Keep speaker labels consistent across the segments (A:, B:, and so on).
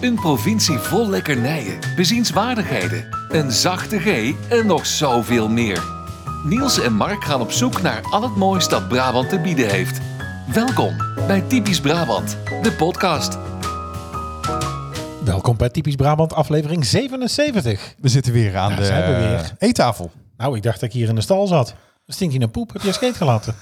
A: Een provincie vol lekkernijen, bezienswaardigheden, een zachte G en nog zoveel meer. Niels en Mark gaan op zoek naar al het moois dat Brabant te bieden heeft. Welkom bij Typisch Brabant, de podcast.
B: Welkom bij Typisch Brabant, aflevering 77.
C: We zitten weer aan
B: Daar
C: de
B: zijn we weer.
C: eettafel.
B: Nou, ik dacht dat ik hier in de stal zat. Stinkt je naar poep? Heb je scheet gelaten?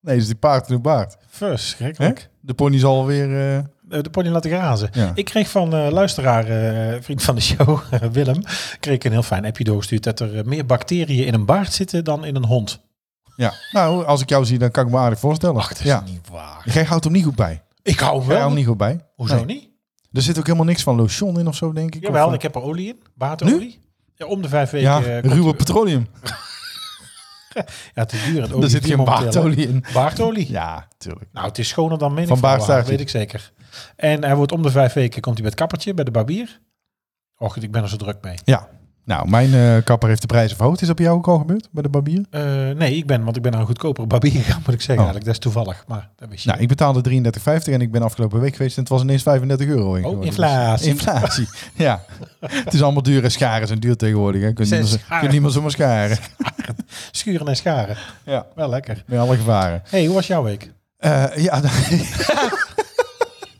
C: Nee, dus die paard nu baard.
B: Verschrikkelijk.
C: De pony zal alweer... eh,
B: Eh, De pony laten grazen.
C: Ja.
B: Ik kreeg van eh, luisteraar, eh, vriend van de show, Willem, kreeg ik een heel fijn appje doorgestuurd dat er eh, meer bacteriën in een baard zitten dan in een hond.
C: ja. Nou, als ik jou zie, dan kan ik me aardig voorstellen.
B: Ach, dat is
C: ja.
B: niet waar.
C: Jij houdt hem niet goed bij.
B: Ik hou hem
C: Jij
B: wel.
C: houdt hem niet goed bij.
B: Hoezo
C: Nee.
B: niet?
C: Er zit ook helemaal niks van lotion in of zo, denk ik.
B: Jawel,
C: Of,
B: ik heb er olie in. Waterolie. Ja, om de vijf weken.
C: Ja,
B: eh, komt
C: ruwe
B: er-
C: petroleum.
B: Ja, het is duur. het olie
C: Daar zit
B: is
C: hier een
B: iemand tellen.
C: baardolie in.
B: Baardolie.
C: Ja, tuurlijk.
B: Nou, het is schoner dan mening.
C: Van
B: vrouwen,
C: Baarstaartje.
B: Weet ik zeker. En hij wordt om de vijf weken, komt hij bij het kappertje, bij de barbier. Och, ik ben er zo druk mee.
C: Ja. Nou, mijn eh, kapper heeft de prijs verhoogd. Is dat bij jou ook al gebeurd, bij de barbier?
B: Eh, nee, ik ben, want ik ben naar een goedkopere barbier gegaan, moet ik zeggen.
C: Oh.
B: Eigenlijk, dat is toevallig, maar dat wist je
C: Nou, ik betaalde 33,50 en ik ben afgelopen week geweest en het was ineens 35
B: Oh,
C: euro. in geworden. Dus
B: inflatie.
C: inflatie, ja. Het is allemaal duur en scharen zijn duur tegenwoordig. Hè. Kun je
B: Zijn
C: niemand, zo-
B: scharen.
C: kun je niemand zomaar scharen.
B: niet. Schuren en scharen,
C: Ja,
B: wel lekker.
C: met alle gevaren.
B: hey, hoe was jouw week? Nou,
C: Eh, ja,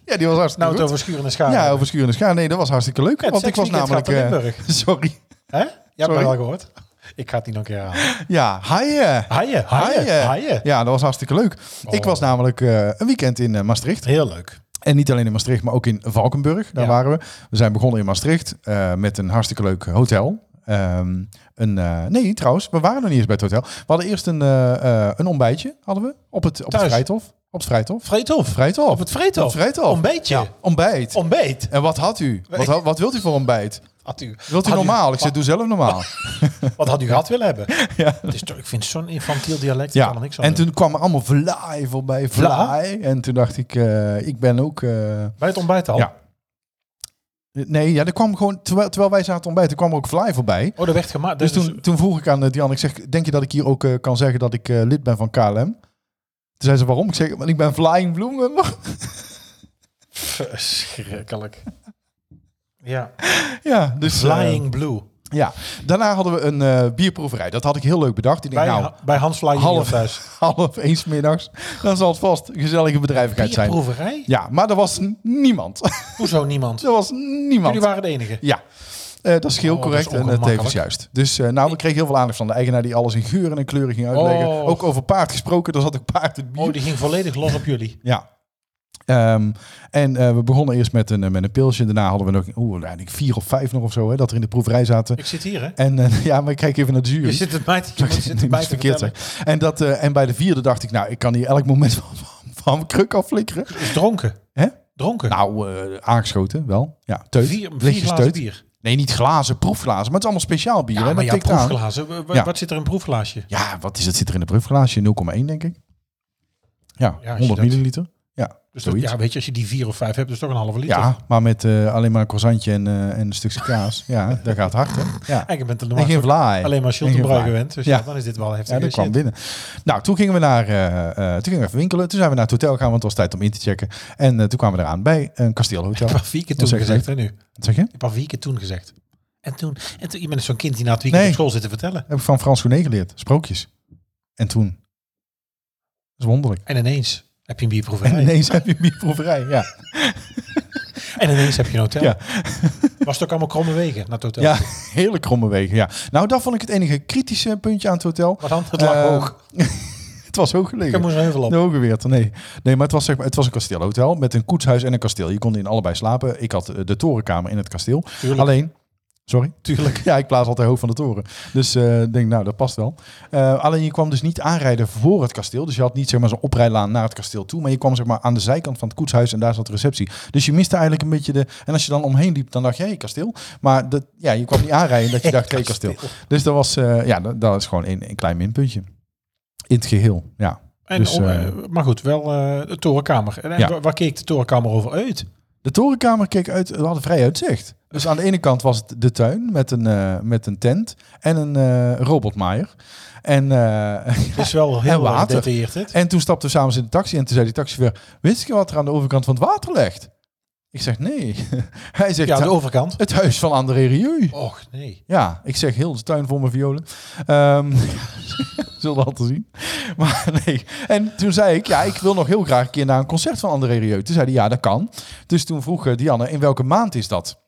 C: ja, die was hartstikke
B: Nou, het
C: goed.
B: over schuren en scharen.
C: Ja, over schuren en scharen. Nee, dat was hartstikke leuk.
B: Het
C: want ik was
B: seksweekend
C: namelijk...
B: gaat naar
C: eh,
B: Limburg.
C: sorry.
B: Hè? Je hebt
C: Sorry.
B: me wel gehoord. Ik ga het niet nog een keer aan.
C: Ja, haaien.
B: Haaien, haaien, haaien.
C: Ja, dat was hartstikke leuk. Ik
B: Oh.
C: was namelijk eh, een weekend in eh, Maastricht.
B: Heel leuk.
C: En niet alleen in Maastricht, maar ook in Valkenburg. Daar
B: Ja.
C: waren we. We zijn begonnen in Maastricht eh, met een hartstikke leuk hotel. Ehm, een, eh, nee, trouwens, we waren nog niet eens bij het hotel. We hadden eerst een, eh, eh, een ontbijtje hadden we op het, op het
B: Thuis?
C: Vrijthof. Op het Vrijthof.
B: Vreethof.
C: Vrijthof.
B: Op het Vreethof.
C: Op het Vrijthof.
B: Ontbijtje.
C: Ja, ontbijt.
B: Ontbeet.
C: En wat had u? Wat, had- wat wilt u voor ontbijt?
B: Had u,
C: Wilt u
B: had
C: normaal? Ik zei, doe zelf normaal.
B: Wat had u gehad willen hebben? Het is toch, ik vind zo'n infantiel dialect, ja.
C: Ja.
B: kan er niks aan
C: En
B: doen.
C: toen kwam er allemaal vlaai voorbij. Vlaai. En toen dacht ik, eh, ik ben ook... eh,
B: Bij het ontbijt al?
C: Ja. Nee, ja, er kwam gewoon, terwijl, terwijl wij zaten te ontbijten, kwam er ook vlaai voorbij.
B: Oh, dat werd gemaakt.
C: Dus
B: dat is-
C: toen, toen vroeg ik aan eh, Diane, ik zeg, denk je dat ik hier ook eh, kan zeggen dat ik eh, lid ben van KLM? Toen zei ze, waarom? Ik zeg, want ik ben Flying Bloemen.
B: Verschrikkelijk. Ja,
C: ja, dus, eh,
B: Flying Blue.
C: ja. Daarna hadden we een eh, bierproeverij. Dat had ik heel leuk bedacht. Ik denk,
B: Bij,
C: nou,
B: Ha- bij Hans Flying
C: half-
B: Blue thuis.
C: half eens middags, dan zal het vast gezellige bedrijvigheid zijn.
B: Bierproeverij?
C: Ja, maar er was n- niemand.
B: Hoezo niemand?
C: er was
B: Jullie
C: niemand.
B: waren de enige.
C: Ja. Eh, dat is heel
B: Oh, dat is
C: correct en eh, tevens
B: ongemakkelijk.
C: juist. Dus eh, nou, we kregen heel veel aandacht van de eigenaar die alles in geuren en kleuren ging uitleggen.
B: Oh.
C: Ook over paard gesproken, daar zat ook paard het bier.
B: Oh, die ging volledig los op jullie.
C: Ja. Ehm, en eh, we begonnen eerst met een, eh, met een pilsje. Daarna hadden we nog oeh, nou, ik denk vier of vijf nog of zo, hè, dat er in de proeverij zaten.
B: Ik zit hier, hè?
C: En eh, ja, maar ik kijk even naar de jury.
B: Je zit het mij te, je zit het mij te
C: verkeerd
B: vertellen.
C: zeggen. En, dat, eh, en bij de vierde dacht ik, nou, ik kan hier elk moment van, van, van mijn kruk afflikkeren.
B: Is dronken.
C: Hè?
B: Dronken.
C: Nou, eh, aangeschoten wel. Ja, teut.
B: vier vier
C: Lichtjes
B: glazen
C: teut.
B: bier.
C: Nee, niet glazen, proefglazen. Maar het is allemaal speciaal bier.
B: Ja,
C: hè,
B: maar ja,
C: dat tikt aan.
B: proefglazen. Wa- wa-
C: Ja.
B: Wat zit er in een proefglaasje?
C: Ja, wat is dat? Zit er in een proefglaasje? 0,1 denk ik. Ja,
B: Ja, als je
C: 100
B: dat-
C: milliliter. Ja,
B: Dus dat,
C: zoiets.
B: ja, weet je, als je die vier of vijf hebt, is toch een halve liter.
C: Ja, maar met eh, alleen maar een croissantje en, eh, en een stukje kaas. ja, dat gaat hard, hè? Ja.
B: Eigenlijk bent er
C: En
B: normaal
C: geen vlaai.
B: alleen maar
C: En geen
B: Schultenbrui
C: vlaai.
B: gewend. Dus ja.
C: Ja.
B: dan is dit wel heftig.
C: Ja, dat kwam binnen. Nou, toen gingen we naar, eh, eh, toen gingen we even winkelen. Toen zijn we naar het hotel gegaan, want het was tijd om in te checken. En eh, toen kwamen we eraan bij een kasteelhotel.
B: Een paar weken toen
C: Wat zeg je?
B: gezegd, hè, nu.
C: Wat zeg je?
B: Een paar weken toen gezegd. En toen, en toen, je bent zo'n kind die na het weekend
C: Nee.
B: op school zit te vertellen.
C: Heb ik van Frans Gournay geleerd. Sprookjes. En toen. Dat is wonderlijk.
B: En ineens heb je een bierproeverij.
C: En
B: En,
C: ineens heb je een bierproeverij. Ja.
B: ineens heb je een hotel.
C: Ja.
B: Was het ook allemaal kromme wegen naar het hotel?
C: ja, hele kromme wegen. Ja. Nou, dat vond ik het enige kritische puntje aan het hotel.
B: Maar dan, het lag
C: Eh, Nou,
B: hoog.
C: Het was hoog
B: Ik
C: gelegen.
B: moest een heuvel op.
C: De Hoge Weert, nee. Nee, maar het was, zeg maar het was een kasteelhotel met een koetshuis en een kasteel. Je kon in allebei slapen. Ik had eh, de torenkamer in het kasteel.
B: Tuurlijk.
C: Alleen, sorry?
B: Tuurlijk.
C: Ja, ik plaats altijd hoog van de toren. Dus eh, ik denk, nou, dat past wel. Eh, alleen je kwam dus niet aanrijden voor het kasteel. Dus je had niet zeg maar zo'n oprijlaan naar het kasteel toe. Maar je kwam zeg maar aan de zijkant van het koetshuis en daar zat de receptie. Dus je miste eigenlijk een beetje de... En als je dan omheen liep, dan dacht je, hey, kasteel. Maar dat, ja, je kwam niet aanrijden dat je dacht, hey, kasteel. Dus dat was, eh, ja, dat, dat is gewoon een, een klein minpuntje. In het geheel, ja.
B: En
C: Dus,
B: om,
C: eh,
B: eh, maar goed, wel eh, de torenkamer. En, en
C: Ja.
B: wa- waar keek de torenkamer over uit?
C: De torenkamer keek uit, we hadden vrij uitzicht. Dus aan de ene kant was het de tuin met een, eh, met een tent en een eh robotmaaier. En, eh,
B: Dat is wel
C: En
B: heel erg
C: water.
B: gedetailleerd. Dit.
C: en toen stapten we samen in de taxi en toen zei die taxi weer... Wist je wat er aan de overkant van het water ligt? Ik zeg nee. Hij zegt
B: Ja, aan de
C: "Hu-
B: overkant.
C: het huis van André Rieu.
B: Och, nee.
C: Ja, ik zeg heel de tuin vol mijn violen. Ehm zullen we al te zien. Maar nee. En toen zei ik, ja, ik wil nog heel graag een keer naar een concert van André Rieu. Toen zei hij, ja, dat kan. Dus toen vroeg eh, Dianne, in welke maand is dat?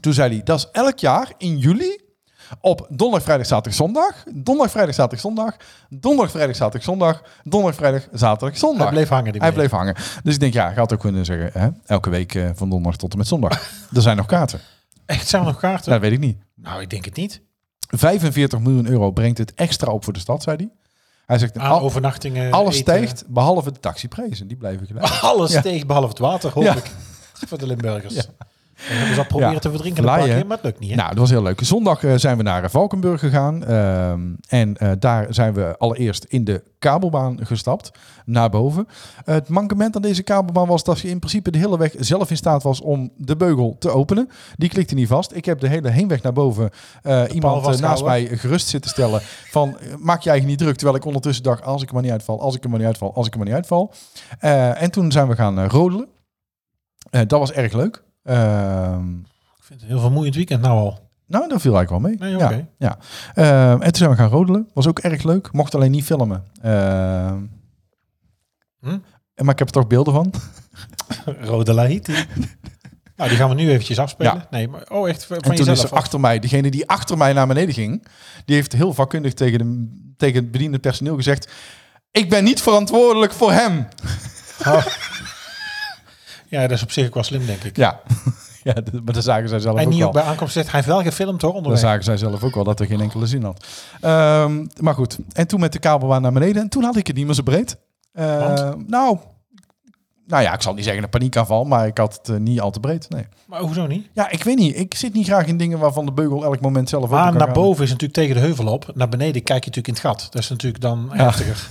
C: Toen zei hij, dat is elk jaar in juli. Op donderdag, vrijdag, zaterdag, zondag. Donderdag, vrijdag, zaterdag, zondag. Donderdag, vrijdag, zaterdag, zondag. Donderdag, vrijdag, zaterdag, zondag.
B: Hij bleef hangen. Die
C: Nou, Hij
B: meneer.
C: bleef hangen. Dus ik denk, ja, gaat ook kunnen zeggen, hè? elke week eh, van donderdag tot en met zondag. er zijn nog kaarten.
B: Echt, zijn er nog kaarten?
C: Nou, dat weet ik niet.
B: Nou, ik denk het niet.
C: 45 miljoen euro brengt het extra op voor de stad, zei hij. Hij zegt,
B: Aan
C: al-
B: overnachtingen.
C: alles
B: Ah, eten.
C: stijgt, behalve de taxiprijzen. Die blijven gelijk.
B: Alles
C: Ja.
B: steeg behalve het water, hoop
C: Ja.
B: ik. Voor de Limburgers.
C: Ja.
B: En hebben ze dat proberen
C: Ja.
B: te verdrinken in het
C: Vlaaien.
B: park, hè, maar het lukt niet. Hè?
C: Nou, dat was heel leuk. Zondag eh, zijn we naar eh, Valkenburg gegaan. Ehm, en eh, daar zijn we allereerst in de kabelbaan gestapt, naar boven. het mankement aan deze kabelbaan was dat je in principe de hele weg zelf in staat was om de beugel te openen. Die klikte niet vast. Ik heb de hele heenweg naar boven eh, iemand eh, naast
B: vasthouden.
C: mij gerust zitten stellen van eh, maak je eigenlijk niet druk. Terwijl ik ondertussen dacht, als ik er maar niet uitval, als ik er maar niet uitval, als ik er maar niet uitval. Eh, en toen zijn we gaan eh, rodelen. Eh, dat was erg leuk. Ehm
B: Ik vind het een heel vermoeiend weekend nou al.
C: nou, dat viel eigenlijk wel mee.
B: Nee,
C: Ja.
B: oké.
C: Ehm, en toen zijn we gaan rodelen. Was ook erg leuk. Mocht alleen niet filmen. Ehm,
B: Hm?
C: Maar ik heb er toch beelden van.
B: Rode Lahiti. nou, die gaan we nu eventjes afspelen.
C: Ja.
B: Nee, maar, oh echt, van
C: en toen
B: jezelf.
C: is er
B: of-
C: achter mij, degene die achter mij naar beneden ging, die heeft heel vakkundig tegen, de, tegen het bediende personeel gezegd: Ik ben niet verantwoordelijk voor hem.
B: Oh. ja, dat is op zich ook wel slim, denk ik.
C: Ja, ja d- maar dat zagen zij zelf
B: en
C: ook
B: niet ook
C: wel.
B: bij aankomst zegt, hij heeft wel gefilmd hoor,
C: Dat
B: onderweg.
C: zagen zij zelf ook wel dat er geen enkele zin had. Ehm, maar goed, en toen met de kabelbaan naar beneden. En toen had ik het niet meer zo breed. Eh,
B: Want?
C: nou, nou ja, ik zal niet zeggen een paniekaanval, maar ik had het eh, niet al te breed. Nee.
B: Maar hoezo niet?
C: Ja, ik weet niet. Ik zit niet graag in dingen waarvan de beugel elk moment zelf open
B: Maar
C: kan
B: Ah, naar
C: gaan.
B: boven is natuurlijk tegen de heuvel op. Naar beneden kijk je natuurlijk in het gat. Dat is natuurlijk dan heftiger.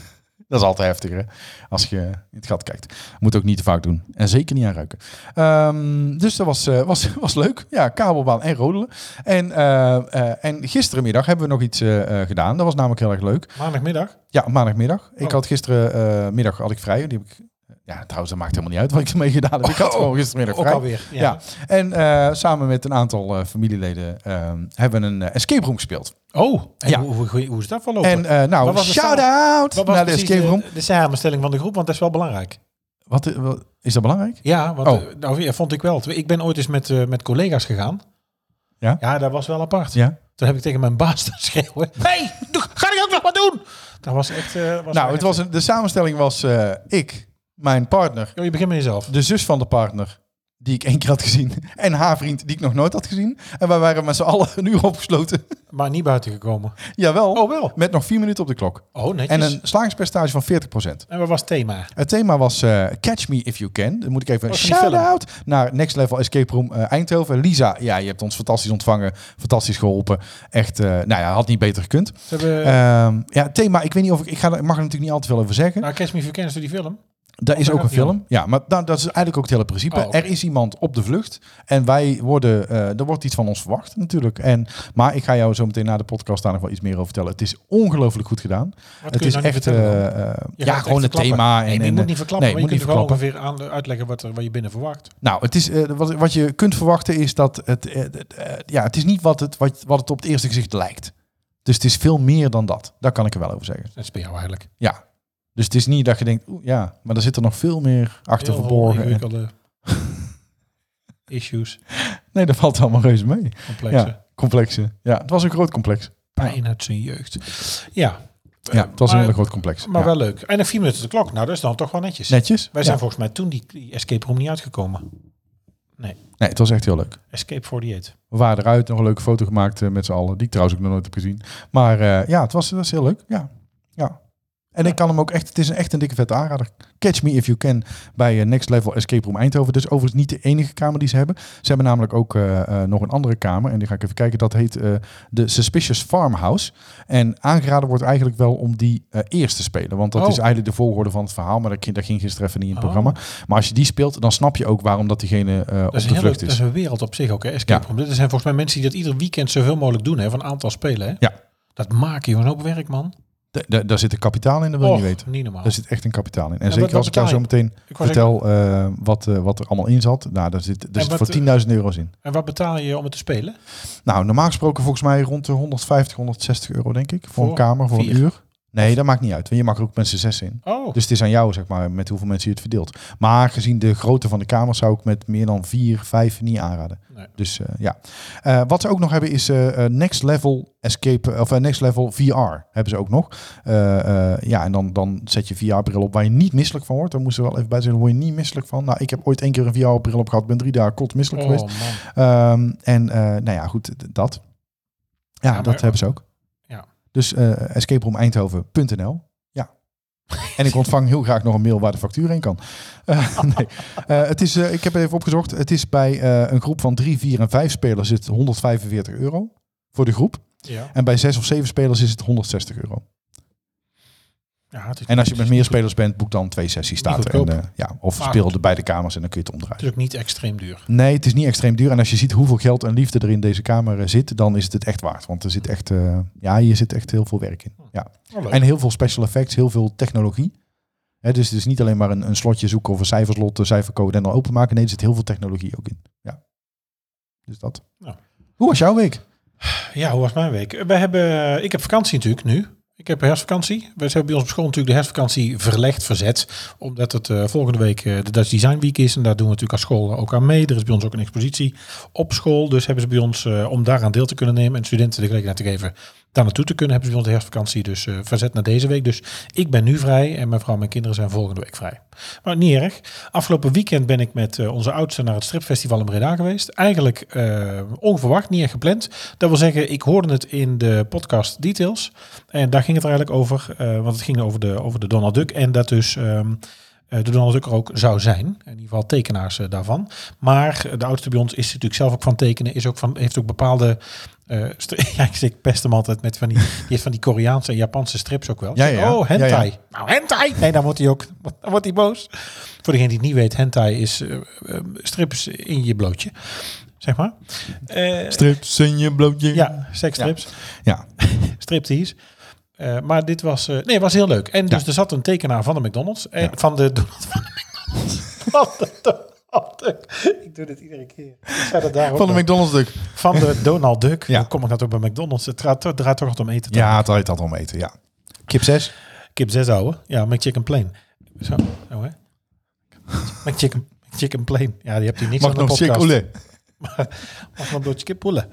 C: Dat is altijd heftiger, hè? Als je in het gat kijkt. Moet ook niet te vaak doen. En zeker niet aanruiken. Ehm, dus dat was, eh, was, was leuk. Ja, kabelbaan en rodelen. En, eh, eh, en gisterenmiddag hebben we nog iets eh, eh, gedaan. Dat was namelijk heel erg leuk.
B: Maandagmiddag.
C: Ja, maandagmiddag. Ik
B: Oh.
C: had gisterenmiddag had ik vrij. Die heb ik, ja, trouwens, dat maakt helemaal niet uit wat ik ermee gedaan heb. Ik had gewoon gistermiddag
B: Oh. Ook
C: vrij.
B: alweer. Ja.
C: Ja. En eh, samen met een aantal eh, familieleden eh, hebben we een eh, escape room gespeeld.
B: Oh, en
C: Ja.
B: hoe, hoe, hoe, hoe is dat verlopen?
C: En eh,
B: Oh, Wat
C: nou,
B: was de
C: shout-out
B: Wat was
C: naar de
B: precies
C: escape room.
B: de, de samenstelling van de groep? Want dat is wel belangrijk.
C: Wat, eh, wat- is dat belangrijk?
B: Ja, want,
C: Oh.
B: eh, nou, ja, vond ik wel. Ik ben ooit eens met, eh, met collega's gegaan.
C: Ja?
B: ja, dat was wel apart.
C: Ja.
B: Toen heb ik tegen mijn baas te schreeuwen. hey, doe- ga ik ook nog wat doen? Dat was echt... eh, was
C: Nou, het was
B: echt-
C: een, de samenstelling was eh, ik, mijn partner,
B: Joh, Oh, je begint met jezelf.
C: de zus van de partner, die ik één keer had gezien, en haar vriend, die ik nog nooit had gezien. En wij waren met z'n allen een uur opgesloten.
B: Maar niet buiten gekomen.
C: Jawel,
B: Oh, wel.
C: met nog vier minuten op de klok.
B: Oh, netjes.
C: En
B: En,
C: een slagingspercentage van 40%.
B: wat was het thema?
C: Het thema was eh, Catch Me If You Can. Dan moet ik even een
B: Was van die
C: shout-out naar Next Level Escape Room eh, Eindhoven. Lisa, ja, je hebt ons fantastisch ontvangen. Fantastisch geholpen. Echt, eh, nou ja, had niet beter gekund.
B: Ze hebben...
C: Ehm, ja, het thema, ik weet niet of ik... Ik, ga, er- ik mag er natuurlijk niet al te veel over zeggen.
B: nou, Catch Me If You Can is door die film.
C: Dat is
B: daar
C: ook een
B: Nou, gaat hij om.
C: film. Ja, maar nou, dat is eigenlijk ook het hele principe.
B: Oh, oké.
C: Er is iemand op de vlucht en wij worden, eh, er wordt iets van ons verwacht natuurlijk. En, maar ik ga jou zo meteen na de podcast daar nog wel iets meer over vertellen. Het is ongelooflijk goed gedaan.
B: Wat
C: het
B: kun je
C: is
B: nou niet
C: echt,
B: vertellen dan?
C: eh, eh,
B: Je
C: ja,
B: gaat echt
C: gewoon het
B: verklappen.
C: thema.
B: Nee,
C: En,
B: maar je
C: en,
B: moet
C: eh,
B: niet verklappen,
C: nee,
B: maar je
C: moet
B: kunt
C: niet
B: wel ongeveer aan, uitleggen wat, er, wat je binnen verwacht.
C: Nou, het is, eh, wat, wat je kunt verwachten is dat het, eh, het, eh, ja, het is niet wat het, wat, wat het op het eerste gezicht lijkt. Dus het is veel meer dan dat. Daar kan ik er wel over zeggen.
B: Dat is bij jou eigenlijk.
C: Ja. Dus het is niet dat je denkt, oeh, ja, maar er zit er nog veel meer achter
B: Heel veel
C: verborgen. En-
B: ingewikkelde issues,
C: Nee, dat valt allemaal reuze mee.
B: complexe
C: Ja, complexe. Ja, het was een groot complex.
B: pijn uit zijn jeugd. Ja,
C: Ja, het was
B: Maar-
C: een hele groot complex.
B: maar
C: Ja.
B: wel leuk. En een vier minuten de klok. Nou, dat is dan toch wel netjes.
C: netjes.
B: Wij zijn
C: Ja.
B: volgens mij toen die, die escape room niet uitgekomen.
C: Nee, het was echt heel leuk.
B: Escape 48.
C: We waren eruit, nog een leuke foto gemaakt eh, met z'n allen, die ik trouwens ook nog nooit heb gezien. Maar eh, ja, het was, het was heel leuk. Ja, ja. En ik kan hem ook echt, het is een, echt een dikke vette aanrader. Catch Me If You Can bij eh, Next Level Escape Room Eindhoven. Dus overigens niet de enige kamer die ze hebben. Ze hebben namelijk ook eh, eh, nog een andere kamer. En die ga ik even kijken. Dat heet eh, de Suspicious Farmhouse. En aangeraden wordt eigenlijk wel om die eh, eerst te spelen. Want dat
B: Oh.
C: is eigenlijk de volgorde van het verhaal. Maar dat, ging- dat ging gisteren even niet in het programma. Maar als je die speelt, dan snap je ook waarom dat diegene eh, op
B: Dat is,
C: de
B: een hele,
C: vlucht
B: dat is
C: is.
B: een wereld op zich ook, hè, escape
C: Ja.
B: room. Dit zijn volgens mij mensen die dat ieder weekend zoveel mogelijk doen, hè, van een aantal spelen. Hè.
C: Ja.
B: Dat maken je een hoop werk, man.
C: Da- da- daar zit een kapitaal in, dat wil je
B: Och,
C: niet weten.
B: Niet normaal.
C: Daar zit echt een kapitaal in. En
B: Ja, wat-
C: zeker
B: wat
C: als ik jou
B: betaal
C: zo meteen
B: Ik wou zeggen,
C: vertel eh, wat, eh, wat er allemaal in zat. Nou, daar zit,
B: En
C: daar zit
B: wat,
C: voor
B: eh,
C: 10.000 euro's in.
B: en wat betaal je om het te spelen?
C: Nou, normaal gesproken volgens mij rond de 150, 160 euro, denk ik. Voor,
B: Voor
C: een kamer, voor
B: vier.
C: een uur. Nee, dat maakt niet uit. Want je mag er ook mensen zes in.
B: Oh,
C: Dus het is aan jou, zeg maar, met hoeveel mensen je het verdeelt. Maar gezien de grootte van de kamer zou ik met meer dan vier, vijf niet aanraden.
B: Nee.
C: Dus eh, ja. Eh, wat ze ook nog hebben is eh, eh, Next Level Escape, of eh, Next Level VR hebben ze ook nog. Eh, eh, ja, en dan, dan zet je VR-bril op waar je niet misselijk van wordt. Daar moesten we wel even bij zeggen, daar word je niet misselijk van. Nou, ik heb ooit één keer een VR-bril op gehad, ben drie dagen kot misselijk
B: oh
C: geweest.
B: man.
C: Ehm, en eh, nou ja, goed, d- dat. Ja,
B: maar-
C: dat hebben ze ook.
B: Ja.
C: Dus eh escaperoomeindhoven.nl. Ja. En ik ontvang heel graag nog een mail waar de factuur heen kan. Eh, nee. Eh, het is, eh, ik heb even opgezocht. Het is bij eh, een groep van drie, vier en vijf spelers is het 145 euro voor de groep.
B: Ja.
C: En bij zes of zeven spelers is het 160 euro.
B: Ja, het is-
C: En als je met meer
B: het is-
C: spelers bent, boek dan twee sessies
B: Niet
C: staat. er. En,
B: goedkoop.
C: eh, ja, of
B: Maar
C: speel
B: goed.
C: de beide kamers en dan kun je het omdraaien.
B: Het is ook niet extreem duur.
C: Nee, het is niet extreem duur. En als je ziet hoeveel geld en liefde er in deze kamer eh, zit, dan is het het echt waard. Want er zit echt, eh, ja, hier zit echt heel veel werk in. Ja.
B: Oh, leuk.
C: En heel veel special effects, heel veel technologie. Hè, dus het is niet alleen maar een, een slotje zoeken of een cijferslot, een cijfercode en dan openmaken. Nee, er zit heel veel technologie ook in. Ja. Dus dat.
B: Nou.
C: Hoe was jouw week?
B: Ja, hoe was mijn week? We hebben, ik heb vakantie natuurlijk nu. Ik heb herfstvakantie. We hebben bij ons op school natuurlijk de herfstvakantie verlegd, verzet. Omdat het eh, volgende week eh, de Dutch Design Week is. En daar doen we natuurlijk als school ook aan mee. Er is bij ons ook een expositie op school. Dus hebben ze bij ons, eh, om daaraan deel te kunnen nemen en studenten de gelegenheid te geven daar naartoe te kunnen, hebben ze bij ons de herfstvakantie. Dus eh, verzet naar deze week. Dus ik ben nu vrij en mijn vrouw en mijn kinderen zijn volgende week vrij. Maar niet erg. Afgelopen weekend ben ik met eh, onze oudste naar het stripfestival in Breda geweest. Eigenlijk eh, onverwacht, niet echt gepland. Dat wil zeggen, ik hoorde het in de podcast Details. En daar ging het er eigenlijk over. eh, want het ging over de, over de Donald Duck. En dat dus ehm, eh, de Donald Duck er ook zou zijn. In ieder geval tekenaars eh, daarvan. Maar eh, de oudste bij ons is natuurlijk zelf ook van tekenen. Is ook van, heeft ook bepaalde... eh, stri- ja, ik zeg, ik pest hem altijd met van die, die heeft van die Koreaanse en Japanse strips ook wel.
C: Ja,
B: Zeg,
C: ja.
B: Oh,
C: Ja, ja.
B: hentai. Nou, hentai! Nee, dan wordt hij ook dan wordt hij boos. Voor degene die het niet weet, hentai is eh, eh, strips in je blootje. Zeg maar. Eh,
C: Strips in je blootje. Ja.
B: ja, seksstrips.
C: Ja.
B: Striptease. Eh, maar dit was, eh, nee, was heel leuk. En dus
C: Ja.
B: er zat een tekenaar van de McDonald's. En
C: Ja.
B: van de Donald van de McDonald's. Van de Donald Duck. Ik doe dit iedere keer. Ik zei dat daar ook
C: Van de
B: nog.
C: McDonald's duk.
B: van de Donald Duck.
C: Ja.
B: Hoe kom ik dat ook bij McDonald's? Het draait, het draait toch altijd om eten. toch?
C: Ja, het had dat om eten, ja. Kip 6.
B: Kip zes ouwe. Ja, McChicken Plain. Zo, zo hè. McChicken, McChicken Plain. Ja, die hebt hier niks
C: Mag
B: aan de
C: nog
B: podcast.
C: chick oele.
B: Of een broodje kip poelen.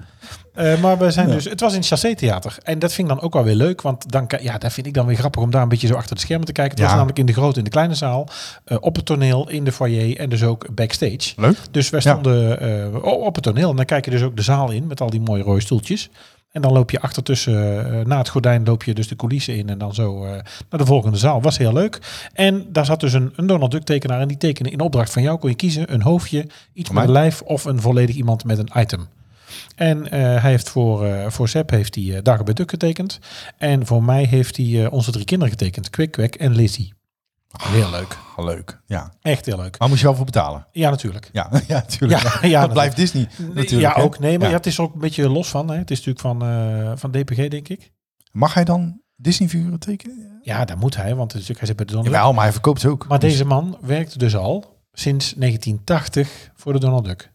B: Eh, maar we zijn dus, het was in het Chassé Theater. En dat vind ik dan ook wel weer leuk. Want dan, kan- ja, dat vind ik dan weer grappig om daar een beetje zo achter de schermen te kijken. Het was
C: Ja.
B: namelijk in de grote en de kleine zaal. eh, op het toneel, in de foyer en dus ook backstage.
C: Leuk.
B: Dus wij
C: Ja.
B: stonden eh, o- op het toneel. En dan kijk je dus ook de zaal in met al die mooie rode stoeltjes. En dan loop je achter tussen, eh, na het gordijn loop je dus de coulissen in en dan zo eh, naar de volgende zaal. Was heel leuk. En daar zat dus een, een Donald Duck tekenaar en die tekenen in opdracht van jou kon je kiezen een hoofdje, iets met
C: Van mij?
B: een lijf of een volledig iemand met een item. En eh, hij heeft voor, eh voor Sepp heeft hij eh Dagobert Duck getekend. En voor mij heeft hij eh, onze drie kinderen getekend. Kwik, Kwek en Lizzie. Heel leuk.
C: Leuk, ja.
B: Echt heel leuk.
C: Maar moest je wel voor betalen.
B: Ja, natuurlijk.
C: Ja, ja, natuurlijk.
B: Ja, ja,
C: dat blijft Disney natuurlijk.
B: ja,
C: hè?
B: ook. Nee, maar
C: Ja.
B: ja, het is er ook een beetje los van. Hè. Het is natuurlijk van, eh, van DPG, denk ik.
C: Mag hij dan Disney-figuren tekenen?
B: Ja, dat moet hij, want het is natuurlijk, hij zit bij de Donald Duck.
C: Jawel, maar hij verkoopt ze ook.
B: Maar
C: Dus-
B: deze man werkte dus al sinds 1980 voor de Donald Duck.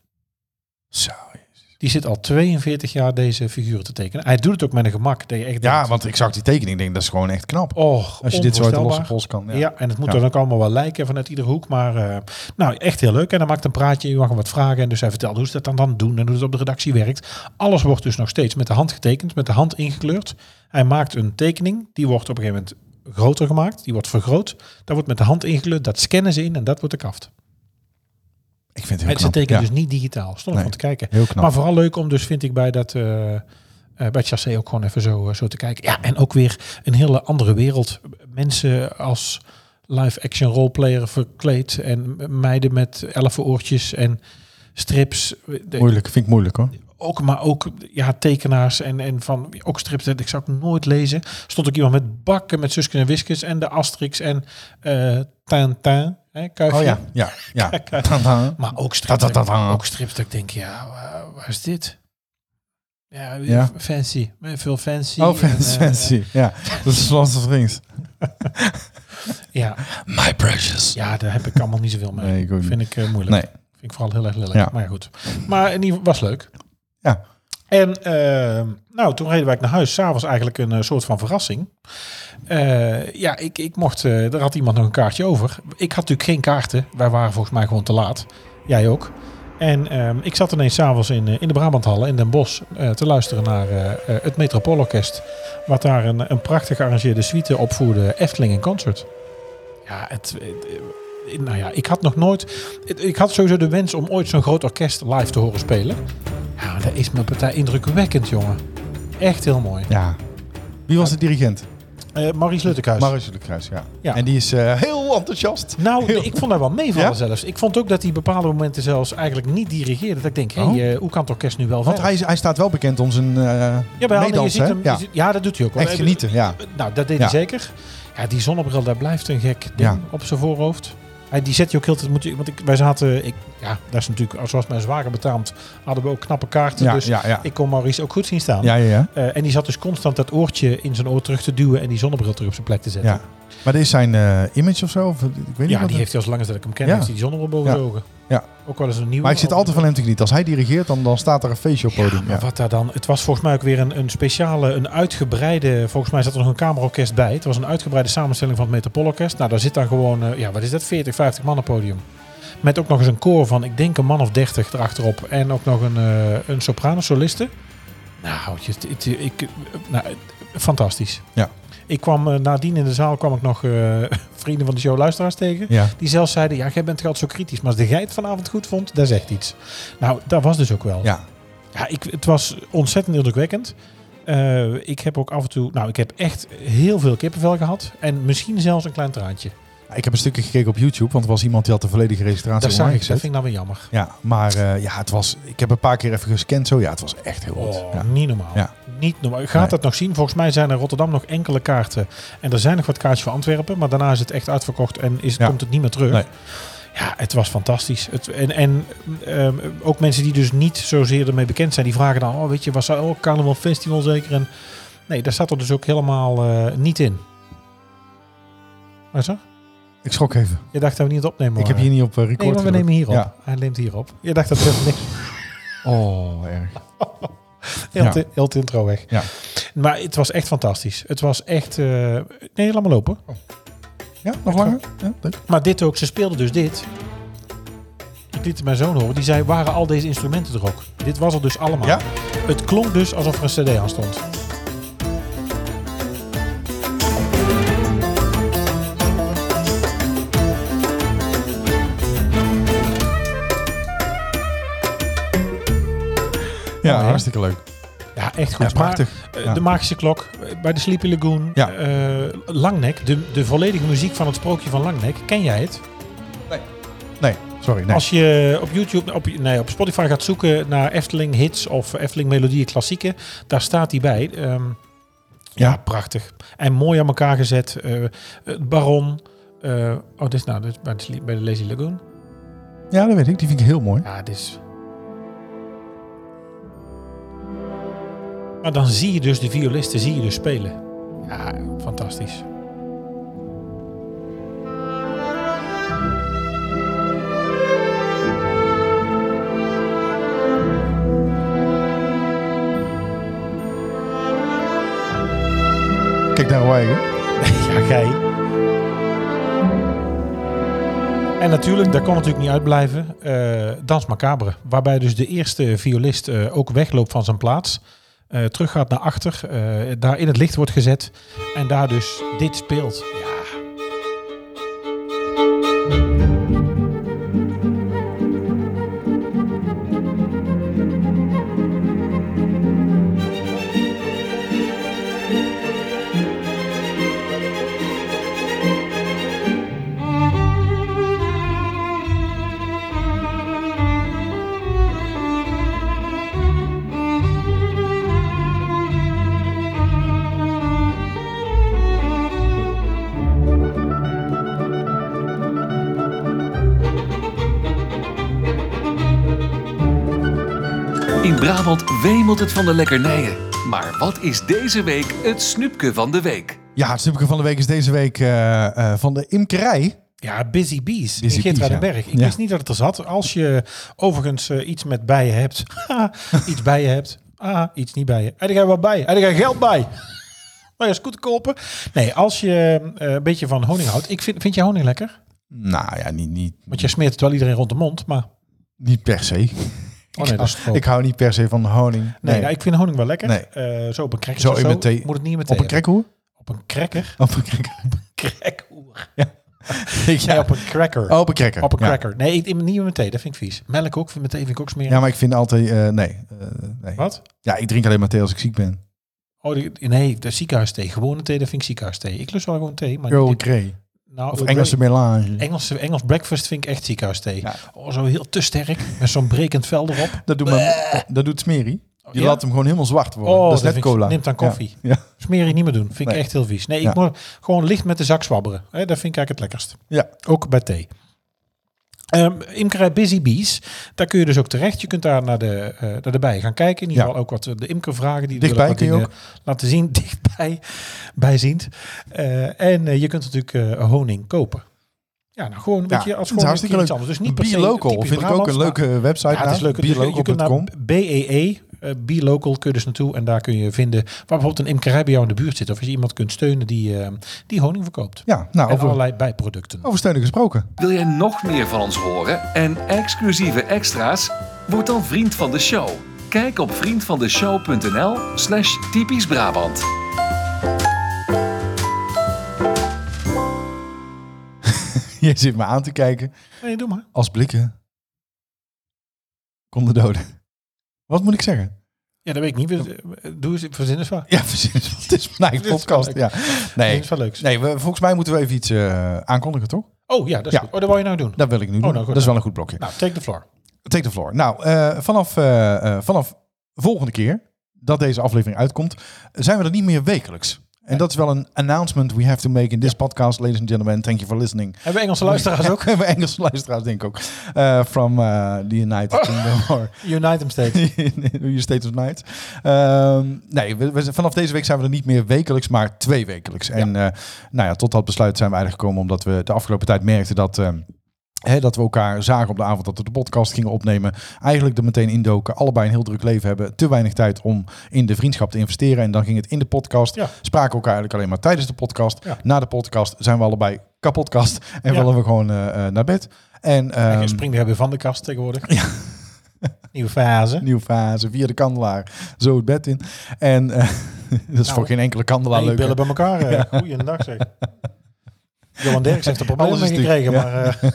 C: Zo.
B: Die zit al 42 jaar deze figuren te tekenen. Hij doet het ook met een gemak. Dat je echt
C: Ja,
B: denkt,
C: want ik zag die tekening ik denk dat is gewoon echt knap.
B: oh,
C: Als je dit zo uit de losse
B: onvoorstelbaar.
C: pols kan. Ja.
B: Ja. en het moet
C: Ja.
B: dan ook allemaal wel lijken vanuit iedere hoek. Maar eh, nou, echt heel leuk. En hij maakt een praatje, je mag hem wat vragen. En dus hij vertelt hoe ze dat dan, dan doen en hoe het op de redactie werkt. Alles wordt dus nog steeds met de hand getekend, met de hand ingekleurd. Hij maakt een tekening, die wordt op een gegeven moment groter gemaakt. Die wordt vergroot. Daar wordt met de hand ingekleurd, dat scannen ze in en dat wordt de kaft.
C: Ik vind het heel
B: En ze
C: knap.
B: tekenen
C: Ja,
B: dus niet digitaal. Stond ik
C: Nee.
B: van te kijken.
C: Heel knap.
B: Maar vooral leuk om dus, vind ik, bij dat... eh, eh, bij het chassé ook gewoon even zo, eh, zo te kijken. Ja, en ook weer een hele andere wereld. Mensen als live-action roleplayer verkleed. En meiden met elfenoortjes en strips. De-
C: moeilijk, vind ik moeilijk hoor.
B: ook, maar ook ja, tekenaars en, en van ook strips dat ik zou ik nooit lezen. Stond ook iemand met bakken met Suske en Wiskes en de Asterix en eh Tintin. Hè, kuifje.
C: Oh ja, ja, ja.
B: Kijk, eh,
C: Tada.
B: Maar ook
C: Dat,
B: strips.
C: dat, dat,
B: dat ik-
C: dat.
B: Ook strips dat ik denk, ja, wa- waar is dit? Ja,
C: Ja.
B: fancy. Veel fancy.
C: Oh,
B: en, eh,
C: fancy. Ja, dat is Frans of Rings.
B: eh, ja.
C: My precious.
B: ja, daar heb ik allemaal niet zoveel mee.
C: Nee, ik ook niet.
B: Vind ik eh, moeilijk.
C: Nee.
B: Vind ik vooral heel erg lelijk.
C: Ja.
B: Maar goed. Maar in ieder geval was leuk.
C: Ja.
B: En ehm, nou, toen reden wij naar huis. S'avonds eigenlijk een eh, soort van verrassing. Eh, ja, ik, ik mocht... eh er had iemand nog een kaartje over. Ik had natuurlijk geen kaarten. Wij waren volgens mij gewoon te laat. Jij ook. En ehm, ik zat ineens s'avonds in, eh, in de Brabanthallen in Den Bosch eh, te luisteren naar eh, eh, het Metropoolorkest. Wat daar een, een prachtig gearrangeerde suite opvoerde. Efteling in Concert. Ja, het, het- eh, nou ja, ik had nog nooit... het- Ik had sowieso de wens om ooit zo'n groot orkest live te horen spelen. Ja, dat is mijn partij indrukwekkend, jongen. Echt heel mooi.
C: Ja. Wie was de dirigent?
B: Eh Maurice Luttekhuis.
C: Marius de Kruis, ja.
B: Ja.
C: En die is eh, heel enthousiast.
B: nou,
C: Heel-
B: ik vond daar wel mee van
C: Ja?
B: zelfs. Ik vond ook dat hij bepaalde momenten zelfs eigenlijk niet dirigeerde. Dat ik denk, hé,
C: Oh.
B: eh, hoe kan het orkest nu wel
C: Want
B: verder?
C: hij, is- hij staat wel bekend om zijn eh
B: Jawel, nee, je
C: meedans,
B: ziet
C: hè?
B: hem, je
C: ja.
B: ziet- ja, dat doet hij ook wel.
C: Echt
B: Eh,
C: genieten, ja.
B: Nou, dat deed
C: Ja.
B: hij zeker. Ja, die zonnebril, daar blijft een gek ding
C: Ja.
B: op zijn voorhoofd. Hij, die zet je ook heel tijd... Moet je, want ik, wij zaten... Ik, ja, dat is natuurlijk... als- Zoals mijn zwager betaamt, hadden we ook knappe kaarten.
C: Ja,
B: dus
C: ja, ja.
B: ik kon Maurice ook goed zien staan.
C: Ja, ja, ja.
B: Eh, en die zat dus constant dat oortje in zijn oor terug te duwen... en die zonnebril terug op zijn plek te zetten.
C: ja. Maar dit is zijn eh, image of zo? Of, ik
B: Ja,
C: weet niet wat
B: die
C: het-
B: heeft hij als lang als dat ik hem ken.
C: Ja.
B: Heeft hij die zonnebril boven
C: Ja.
B: de ogen.
C: Ja.
B: Ook wel eens een nieuwe.
C: Maar ik zit
B: of-
C: altijd van hem te genieten. Als hij dirigeert, dan, dan staat er een feestje op het
B: Ja,
C: podium.
B: maar
C: Ja.
B: wat daar dan... Het was volgens mij ook weer een, een speciale, een uitgebreide... Volgens mij zat er nog een kamerorkest bij. Het was een uitgebreide samenstelling van het Metropoolorkest. Nou, daar zit dan gewoon... eh, ja, wat is dat? 40, 50 mannen podium. Met ook nog eens een koor van, ik denk een man of 30 erachterop. En ook nog een, eh een soprano soliste. Nou, het, het, ik, eh, nou, het- fantastisch.
C: Ja.
B: Ik kwam eh, nadien in de zaal kwam ik nog eh, vrienden van de show luisteraars tegen.
C: Ja.
B: Die zelf zeiden, ja, jij bent altijd zo kritisch. Maar als de geit het vanavond goed vond, daar zegt iets. Nou, dat was dus ook wel.
C: Ja.
B: Ja, ik, het was ontzettend indrukwekkend. Eh, ik heb ook af en toe, nou, ik heb echt heel veel kippenvel gehad. En misschien zelfs een klein traantje.
C: Ik heb een stukje gekeken op YouTube, want er was iemand die had de volledige registratie
B: Dat, zag
C: online
B: ik, dat vind
C: gezet.
B: ik nou weer jammer.
C: Ja, maar eh, ja, het was, ik heb een paar keer even gescand zo. Ja, het was echt heel goed.
B: Oh,
C: Ja.
B: Niet normaal.
C: Ja.
B: Niet normaal. Gaat
C: Nee.
B: dat nog zien? Volgens mij zijn er in Rotterdam nog enkele kaarten. En er zijn nog wat kaartjes voor Antwerpen. Maar daarna is het echt uitverkocht en is,
C: Ja.
B: komt het niet meer terug.
C: Nee.
B: Ja, het was fantastisch. Het, en en ehm, ook mensen die dus niet zozeer ermee bekend zijn, die vragen dan: Oh, weet je, was er ook Carnival Festival zeker? En nee, daar zat er dus ook helemaal eh, niet in. Waar is er?
C: Ik schrok even.
B: Je dacht dat we niet aan het opnemen
C: Ik heb
B: waren.
C: hier niet op eh, record
B: Nee, maar we
C: gedrukt.
B: nemen hierop.
C: Ja.
B: Hij neemt hierop. Je dacht dat we niks.
C: Oh, erg.
B: Heel,
C: Ja.
B: te- heel het intro weg.
C: Ja.
B: Maar het was echt fantastisch. Het was echt... eh, Nee, laat maar lopen.
C: Ja, nog langer? Ja, leuk.
B: Maar dit ook, ze speelden dus dit. Ik liet het mijn zoon horen. Die zei, waren al deze instrumenten er ook? Dit was er dus allemaal.
C: Ja?
B: Het klonk dus alsof er een cd aan stond.
C: ja,
B: Mooi, hè?
C: hartstikke leuk.
B: Ja, echt goed.
C: Ja, prachtig.
B: Maar, eh,
C: Ja.
B: De Magische Klok, eh, bij de Sleepy Lagoon,
C: Ja.
B: eh, Langnek. De, de volledige muziek van het sprookje van Langnek. Ken jij het?
C: Nee, sorry. Nee.
B: Als je op YouTube, op, nee, op Spotify gaat zoeken naar Efteling hits of Efteling melodieën klassieken, daar staat die bij. Ehm, ja.
C: Ja.
B: prachtig. En mooi aan elkaar gezet. Eh, het Baron. eh, oh, dit is nou dit is bij, de, Sli- bij de Lazy Lagoon.
C: Ja, dat weet ik. Die vind ik heel mooi.
B: Ja, dit is... Maar dan zie je dus de violisten zie je dus spelen. Ja, fantastisch.
C: Kijk naar Hawaii. hè?
B: Ja, gij. En natuurlijk, daar kon natuurlijk niet uitblijven, eh Dans Macabre. Waarbij dus de eerste violist eh, ook wegloopt van zijn plaats. eh, teruggaat naar achter, eh, daar in het licht wordt gezet. En daar dus dit speelt. Ja.
A: In Brabant wemelt het van de lekkernijen. Maar wat is deze week het snoepje van de week?
C: Ja, het snoepje van de week is deze week eh, eh, van de imkerij.
B: Ja, Busy Bees in
C: Busy Bees, ja.
B: Geertruidenberg. Ik
C: Ja.
B: wist niet dat het er zat. Als je overigens eh, iets met bijen hebt, iets bij je hebt, ah, iets niet bij je. En dan ga je wat bij. En dan ga je geld bij. Maar je scooter kopen. Nee, als je eh, een beetje van honing houdt. Ik vind, vind je honing lekker?
C: Nou ja, niet, niet,
B: Want je smeert het wel iedereen rond de mond, maar...
C: niet per se.
B: Oh nee, dat is het ook.
C: Ik hou niet per se van honing. Nee,
B: Nee, nou, ik vind honing wel lekker.
C: Nee.
B: Eh, zo op een cracker.
C: Zo
B: of
C: in mijn thee.
B: Moet het niet meteen.
C: op een krekhoer?
B: Op een cracker.
C: Op een krekker.
B: Crackhoer. Nee,
C: ja,
B: op een cracker.
C: oh, op een krekker.
B: Op een
C: Ja.
B: cracker. Nee, ik, niet met thee. Dat vind ik vies. Melk ook. Vind met thee vind ik ook smeren.
C: Ja, maar ik vind altijd... eh, nee, eh, nee.
B: Wat?
C: Ja, ik drink alleen maar thee als ik ziek ben.
B: Oh, die- nee, de ziekenhuisthee. Gewone thee, dat vind ik ziekenhuisthee. Ik lust wel gewoon thee. Maar
C: Earl
B: dit-
C: Grey.
B: nou,
C: Of
B: Earl
C: Engelse
B: Grey.
C: melange.
B: Engelse, Engels breakfast vind ik echt ziekenhuisthee.
C: Ja.
B: Oh, zo heel te sterk. Met zo'n brekend vel erop.
C: Dat doet, mijn, dat doet Smeri. Je
B: Oh, Ja?
C: laat hem gewoon helemaal zwart worden.
B: Oh,
C: dat is
B: dat
C: net
B: vind ik-
C: cola.
B: neemt dan
C: Ja.
B: koffie.
C: Ja.
B: Smerig niet meer doen. Vind
C: Nee.
B: ik echt heel vies. Nee,
C: Ja.
B: ik moet gewoon licht met de zak zwabberen. Hè, dat vind ik eigenlijk het lekkerst.
C: Ja.
B: Ook bij thee. Ehm imkerij Busy Bees, daar kun je dus ook terecht. Je kunt daar naar de, eh naar de bijen gaan kijken. In ieder
C: Ja.
B: geval ook wat eh, de imker vragen. Die
C: Dichtbij
B: willen wat
C: kun je
B: dingen laten zien. Dichtbij, bijziend. Eh, en eh, je kunt natuurlijk eh, honing kopen. Ja, nou gewoon, weet
C: Ja,
B: je, als
C: het is
B: gewoon
C: hartstikke
B: iets
C: leuk.
B: anders. Dus niet per se
C: Be Local
B: typisch
C: vind ik ook een
B: Brabants, maar-
C: leuke website.
B: ja, het is
C: naam.
B: leuk. Dus je- je kunt naar
C: Belocal.com.
B: BEE, eh, Be Local, kun je dus naartoe. En daar kun je vinden waar bijvoorbeeld een imkerij bij jou in de buurt zit. Of als je iemand kunt steunen die, eh, die honing verkoopt.
C: Ja, nou,
B: en
C: over,
B: allerlei bijproducten.
C: over steunen gesproken.
A: Wil jij nog meer van ons horen en exclusieve extra's? Word dan vriend van de show. Kijk op vriendvandeshow.nl slash typisch Brabant.
C: Je zit me aan te kijken.
B: Nee, doe maar.
C: Als blikken konden doden. Wat moet ik zeggen?
B: Ja, dat weet ik niet. We- eh, Doe eens, verzin eens wat.
C: Ja, precies. Het is mijn eigen
B: Dit is
C: podcast.
B: wel
C: Ja.
B: Nee.
C: Nee,
B: is wel leuks.
C: nee we, volgens mij moeten we even iets eh, aankondigen, toch?
B: Oh ja, dat is
C: Ja.
B: goed. Oh, dat wil je nou doen.
C: Dat wil ik nu doen.
B: nou, goed,
C: dat is
B: nou.
C: wel een goed blokje.
B: Nou, take the floor.
C: Take the floor. Nou, eh, vanaf, eh, eh, vanaf volgende keer dat deze aflevering uitkomt, zijn we er niet meer wekelijks. En dat is wel een announcement we have to make in this podcast, ladies and gentlemen. Thank you for listening.
B: Hebben we Engelse luisteraars ook?
C: Hebben Engelse luisteraars, denk ik ook. Eh, from eh, the United Kingdom or
B: Unite hem steeds.
C: your state of night. Ehm, nee, we, we zijn- vanaf deze week zijn we er niet meer wekelijks, maar twee wekelijks. En eh, nou ja, tot dat besluit zijn we eigenlijk gekomen omdat we de afgelopen tijd merkten dat... ehm, Hè, dat we elkaar zagen op de avond dat we de podcast gingen opnemen. Eigenlijk er meteen indoken. Allebei een heel druk leven hebben. Te weinig tijd om in de vriendschap te investeren. En dan ging het in de podcast.
B: Ja.
C: Spraken elkaar eigenlijk alleen maar tijdens de podcast.
B: Ja.
C: Na de podcast zijn we allebei kapotkast. En
B: Ja.
C: willen we gewoon eh, eh, naar bed. En,
B: En je
C: ehm,
B: springt weer van de kast tegenwoordig. Nieuwe fase.
C: Nieuwe fase, via de kandelaar, zo het bed in. En eh, dat is
B: Nou,
C: voor geen enkele kandelaar
B: Nee,
C: leuk. hè?
B: billen bij elkaar. eh. Goeiedag zeg. Johan Derks heeft er problemen
C: Alles is
B: mee gekregen,
C: natuurlijk,
B: maar...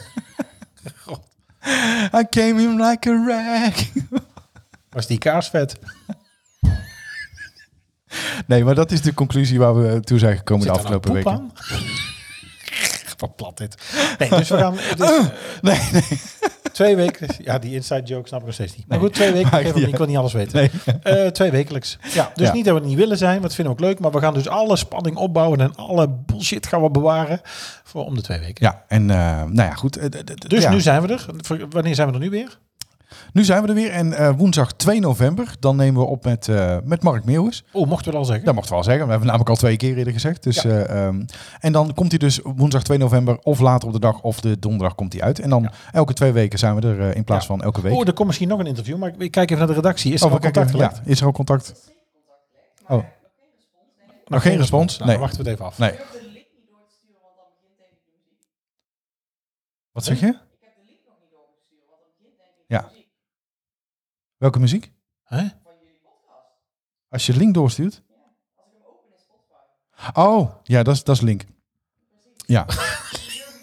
B: eh,
C: I came in like a wreck.
B: Was die kaas vet?
C: Nee, maar dat is de conclusie waar we toe zijn gekomen de
B: nou
C: afgelopen weken.
B: Wat plat dit. Nee, dus we gaan het is,
C: Oh, Nee, nee,
B: twee weken... dus, Ja, die inside joke snap ik nog steeds niet. Maar goed, twee weken.
C: Maar
B: ik geef het
C: ja.
B: niet, Ik wil niet alles weten.
C: nee.
B: Eh, twee wekelijks. Ja, dus
C: Ja.
B: niet dat we het niet willen zijn, wat vinden we ook leuk. Maar we gaan dus alle spanning opbouwen en alle bullshit gaan we bewaren voor om de twee weken.
C: Ja, en eh, nou ja, goed. eh, d- d- d-
B: Dus
C: ja.
B: nu zijn we er. Voor- Wanneer zijn we er nu weer?
C: Nu zijn we er weer. En eh, woensdag 2 november, dan nemen we op met, eh, met Mark Meeuwis.
B: Oh, mochten we dat al zeggen?
C: Dat mocht wel zeggen. We hebben namelijk al twee keer eerder gezegd. Dus, eh, ehm, en dan komt hij dus woensdag 2 november of later op de dag of de donderdag komt hij uit. En dan elke twee weken zijn we er eh, in plaats
B: Ja.
C: van elke week.
B: Oh, er komt misschien nog een interview, maar ik- ik kijk even naar de redactie. Is er
C: Oh,
B: al
C: we kijken
B: contact
C: even-
B: gelegd?
C: ja, is er al contact? Oh. Nog geen respons?
B: Nou, dan
C: Nee.
B: wachten we het even af.
C: Nee. Wat zeg je? Ja. Welke muziek?
B: Hè?
C: Als je link doorstuurt? Oh, ja, dat is, dat is link. Ja.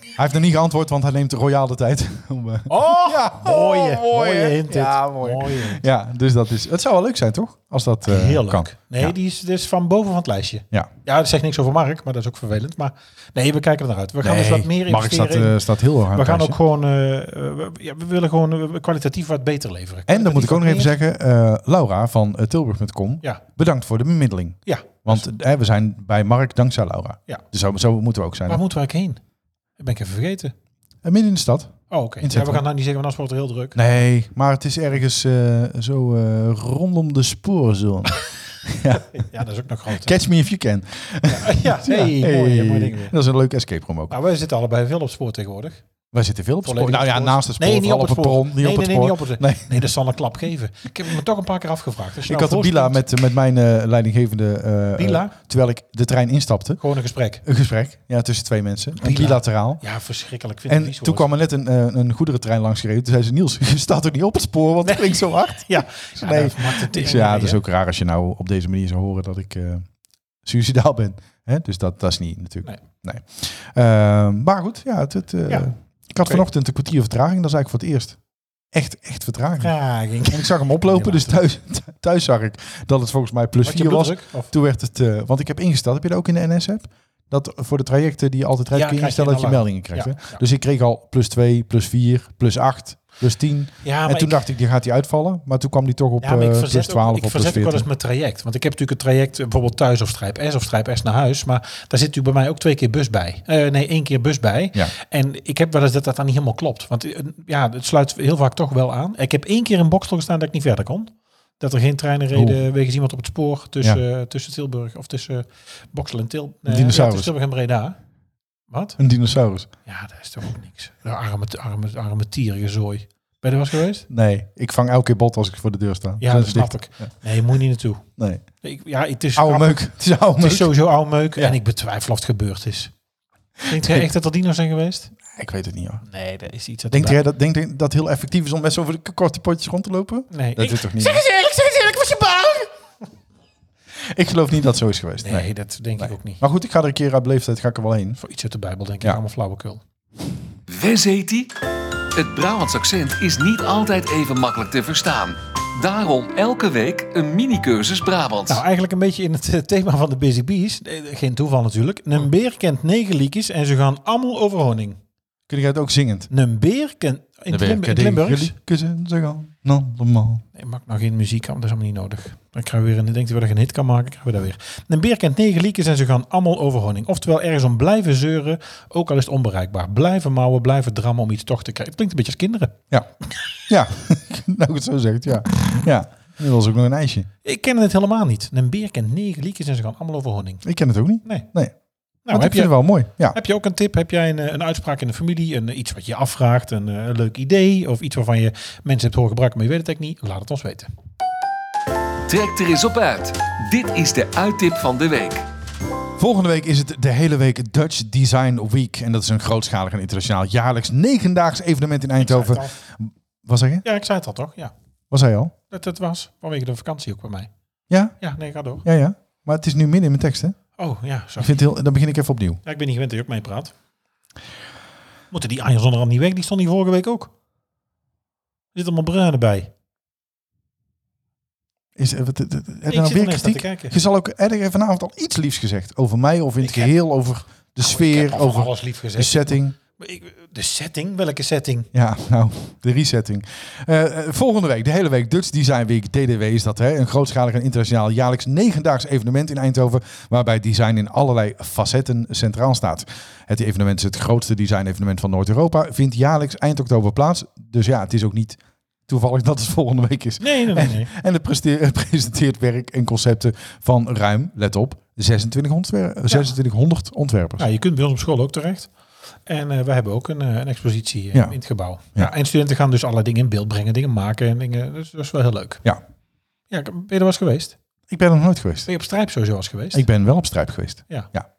C: hij heeft nog niet geantwoord, want hij neemt royaal de tijd. om, eh,
B: Oh,
C: Ja,
B: mooie,
C: oh, mooi,
B: mooie
C: hè?
B: hint dit.
C: Ja, mooi.
B: hint.
C: ja, dus dat is... Het zou wel leuk zijn, toch? Als dat eh
B: Heerlijk.
C: kan.
B: Nee,
C: Ja.
B: die is dus van boven van het lijstje.
C: Ja.
B: Ja, dat zegt niks over Mark, maar dat is ook vervelend. Maar nee, we kijken er naar uit. We gaan dus wat meer
C: Mark
B: investeren
C: staat,
B: in-
C: eh, staat heel erg aan
B: We
C: het
B: gaan
C: lijstje.
B: ook gewoon, eh, eh, we- ja, we willen gewoon eh, kwalitatief wat beter leveren.
C: En dan moet ik ook nog even
B: Kwalitatief
C: zeggen, eh, Laura van eh, Tilburg.com,
B: Ja.
C: bedankt voor de bemiddeling.
B: wat meer. Ja,
C: Want eh, we zijn bij Mark dankzij Laura.
B: Ja.
C: Dus zo, zo moeten we ook zijn.
B: waar moeten we eigenlijk heen? Dat ben ik even vergeten.
C: En midden in de stad.
B: Oh, oké. Ja, we
C: Inzetten.
B: gaan nou niet zeggen, want dan wordt het heel druk.
C: Nee, maar het is ergens eh, zo eh, rondom de spoorzone.
B: Ja, dat is ook nog groot.
C: Catch me if you can.
B: ja, nee,
C: Hey.
B: mooi, mooi ding weer.
C: Dat is een leuke escape room ook.
B: Nou, wij zitten allebei veel op spoor tegenwoordig.
C: Wij zitten veel op het spoor.
B: Volledig
C: Nou ja,
B: spoor.
C: naast het spoor.
B: Nee, niet
C: vooral
B: op het spoor.
C: perron, niet
B: nee,
C: op het
B: nee,
C: spoor.
B: nee, niet op het
C: Nee.
B: Nee, dat zal een klap geven. Ik heb me toch een paar keer afgevraagd. Als je
C: Ik
B: nou
C: had een bila
B: voorstelt,
C: met, met mijn eh, leidinggevende, eh,
B: Bila?
C: eh, terwijl ik de trein instapte.
B: Gewoon een gesprek.
C: Een gesprek ja, tussen twee mensen, Een
B: Bila.
C: bilateraal.
B: Ja, verschrikkelijk. Vind ik
C: En
B: vies
C: toen
B: woord.
C: kwam er net een, eh, een goederentrein langs gereden. Toen zei ze, Niels, je staat ook niet op het spoor, want het klinkt zo hard.
B: Ja,
C: Nee.
B: nee. dat maakt het
C: Ik
B: tegen
C: zei, ja,
B: mee,
C: het is
B: hè.
C: ook raar als je nou op deze manier zou horen dat ik eh suicidaal ben. Hè? Dus dat, dat is niet natuurlijk. Nee. Ehm, maar goed, ja, het, het, eh,
B: Ja.
C: ik had
B: Oké.
C: vanochtend een kwartier vertraging. Dat is eigenlijk voor het eerst. Echt, echt vertraging.
B: Vertraging.
C: En ik zag hem oplopen, dus thuis, thuis zag ik dat het volgens mij plus
B: Had je
C: 4 was.
B: bloeddruk? Of-
C: Toen werd het, eh, want ik heb ingesteld, heb je dat ook in de NS-app? Dat voor de trajecten die je altijd rijdt,
B: Ja,
C: kun je
B: krijg je
C: instellen dat je
B: een
C: meldingen krijgt.
B: Ja,
C: hè?
B: ja.
C: Dus ik kreeg al plus 2, plus 4, plus 8, plus 10.
B: Ja, maar
C: en toen
B: ik-
C: dacht ik, die gaat die uitvallen. Maar toen kwam die toch op
B: Ja, maar ik
C: eh,
B: verzet,
C: plus 12
B: ook, ik
C: of plus
B: verzet ook wel
C: 14.
B: eens mijn traject. Want ik heb natuurlijk een traject eh, bijvoorbeeld thuis of strijp S of strijp S naar huis. Maar daar zit natuurlijk bij mij ook twee keer bus bij. Eh, nee, één keer bus bij.
C: Ja.
B: En ik heb wel eens dat dat dan niet helemaal klopt. Want eh, ja, het sluit heel vaak toch wel aan. Ik heb één keer in Bokstel gestaan dat ik niet verder kon. Dat er geen treinen reden wegens iemand op het spoor tussen, eh, tussen Tilburg of tussen Boksel en Til, eh, ja,
C: dinosaurus.
B: tussen Tilburg en Breda. Wat?
C: Een dinosaurus.
B: Ja, dat is toch ook niks. De arme, arme, arme tierengezooi. Ben je er was geweest?
C: Nee, ik vang elke keer bot als ik voor de deur sta.
B: Ja,
C: Dan
B: dat
C: is het
B: snap
C: dicht.
B: ik. Nee, moet je niet naartoe.
C: Nee.
B: Ik, ja, het is
C: Oude
B: grappig.
C: meuk. Het is oude
B: Het
C: meuk.
B: is sowieso oude meuk.
C: Ja.
B: En ik betwijfel of het gebeurd is. Denkt jij echt dat er dino's zijn geweest?
C: Ik weet het niet hoor.
B: Nee, dat is iets dat...
C: Denkt jij dat, denkt jij dat het heel effectief is om met zo over de korte potjes rond te lopen?
B: Nee.
C: Dat
B: ik-
C: is toch niet? Zeg eens eerlijk, zeg eens eerlijk, was je bang? Ik geloof niet dat het zo is geweest.
B: nee,
C: Nee.
B: dat denk ik ook niet.
C: Maar goed, ik ga er een keer uit leeftijd ga ik er wel heen.
B: Voor iets uit de Bijbel denk ik.
C: Ja.
B: Allemaal flauwekul.
A: Wes heet hij? Het Brabants accent is niet altijd even makkelijk te verstaan. Daarom elke week een mini-cursus Brabants.
B: Nou, eigenlijk een beetje in het eh, thema van de Busy Bees. Eh, Geen toeval natuurlijk. Een beer kent negen liedjes en ze gaan allemaal over honing.
C: Kun jij het ook zingend?
B: Een beer kent... In het Lim- in het Limburgs...
C: Jullie kussen ze gaan normaal.
B: Nee, maak nou geen muziek, want dat is allemaal niet nodig. Dan krijgen we weer een, denkt hij wel dat je een hit kan maken, krijgen we dat weer. Een beer kent negen liedjes en ze gaan allemaal over honing. Oftewel, ergens om blijven zeuren, ook al is het onbereikbaar. Blijven mouwen, blijven drammen om iets toch te krijgen. Het klinkt een beetje als kinderen.
C: Ja. Ja. nou, ik het zo zegt, ja. Ja. Nu was ook nog een ijsje.
B: Ik ken het helemaal niet. Een beer kent negen liedjes en ze gaan allemaal over honing.
C: Ik ken het ook niet.
B: Nee.
C: Nee. Maar
B: Nou,
C: ik
B: heb
C: vind
B: je,
C: het wel mooi. Ja.
B: heb je ook een tip? Heb jij een, eh, een uitspraak in de familie? Een, eh, iets wat je afvraagt? Een, eh, een leuk idee? Of iets waarvan je mensen hebt horen gebruiken, maar je weet het eigenlijk niet? Laat het ons weten.
A: Trek er eens op uit. Dit is de uittip van de week.
C: Volgende week is het de hele week Dutch Design Week. En dat is een grootschalig en internationaal jaarlijks negendaags evenement in Eindhoven. Wat zeg je?
B: Ja, ik zei het al toch? Ja.
C: Was hij al?
B: Dat het was vanwege de vakantie ook bij mij.
C: Ja?
B: Ja, nee, ga door.
C: Ja, ja. Maar het is nu midden in mijn tekst, hè?
B: Oh, ja, zo.
C: Ik vind het heel, dan begin ik even opnieuw.
B: Ja, ik ben niet gewend dat je ook mee praat. Moeten die Arjen zonder niet weg? Die stond hier vorige week ook. Er zit allemaal bruine bij.
C: Is, eh, wat- eh, eh, heb
B: Ik
C: je nou
B: zit
C: weer
B: ineens aan te
C: kritiek?
B: kijken.
C: Je zal ook erg vanavond al iets liefs gezegd. Over mij of in het
B: Ik heb-
C: geheel, over de
B: Ik
C: sfeer,
B: heb al
C: Oh, over
B: alles lief
C: de
B: gezegd.
C: setting.
B: Maar ik- De setting? Welke setting?
C: Ja, nou, de resetting. Eh, eh, volgende week, de hele week, Dutch Design Week, DDW is dat. Hè? Een grootschalig en internationaal jaarlijks negendaags evenement in Eindhoven. Waarbij design in allerlei facetten centraal staat. Het evenement is het grootste design-evenement van Noord-Europa. Vindt jaarlijks eind oktober plaats. Dus ja, het is ook niet toevallig dat het volgende week is.
B: Nee, nee, nee. nee.
C: En het preste- eh, presenteert werk en concepten van ruim, let op, 2600 ontwer- eh, 2600 ontwerpers.
B: Ja, je kunt bij ons op school ook terecht. En eh we hebben ook een, eh, een expositie eh,
C: Ja.
B: in het gebouw.
C: Ja.
B: Ja. en studenten gaan dus alle dingen in beeld brengen, dingen maken en dingen. Dus dat is wel heel leuk.
C: Ja.
B: Ja, ik- ben je er was geweest?
C: Ik ben er nog nooit geweest.
B: Ben je op strijp sowieso was geweest?
C: Ik ben wel op strijp geweest.
B: Ja.
C: Ja,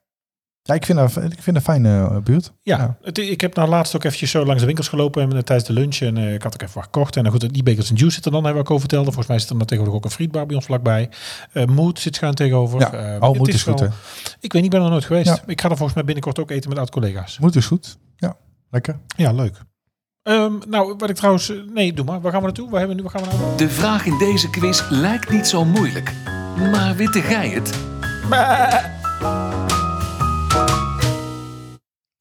C: ja ik, vind dat, ik vind dat een fijne eh, buurt.
B: Ja,
C: Ja.
B: Het, ik heb nou laatst ook eventjes zo langs de winkels gelopen en, eh, tijdens de lunch. En eh, ik had ook even wat gekocht. En dan goed, die Bakers and Juice zit er dan, hebben we ook over verteld. Volgens mij zit er dan tegenwoordig ook een frietbar bij ons vlakbij. Eh Moed zit schuin tegenover.
C: Ja.
B: Eh,
C: oh,
B: het
C: moet is goed, hè?
B: wel- Ik weet niet, ik ben er nooit geweest.
C: Ja.
B: Ik ga er volgens mij binnenkort ook eten met oud-collega's.
C: Moet is goed. Ja, lekker.
B: Ja, leuk. Ehm, nou, wat ik trouwens... eh, Nee, doe maar. Waar gaan we naartoe? Waar, hebben we nu, waar gaan we nou? naartoe?
A: De vraag in deze quiz lijkt niet zo moeilijk. Maar witte gij het?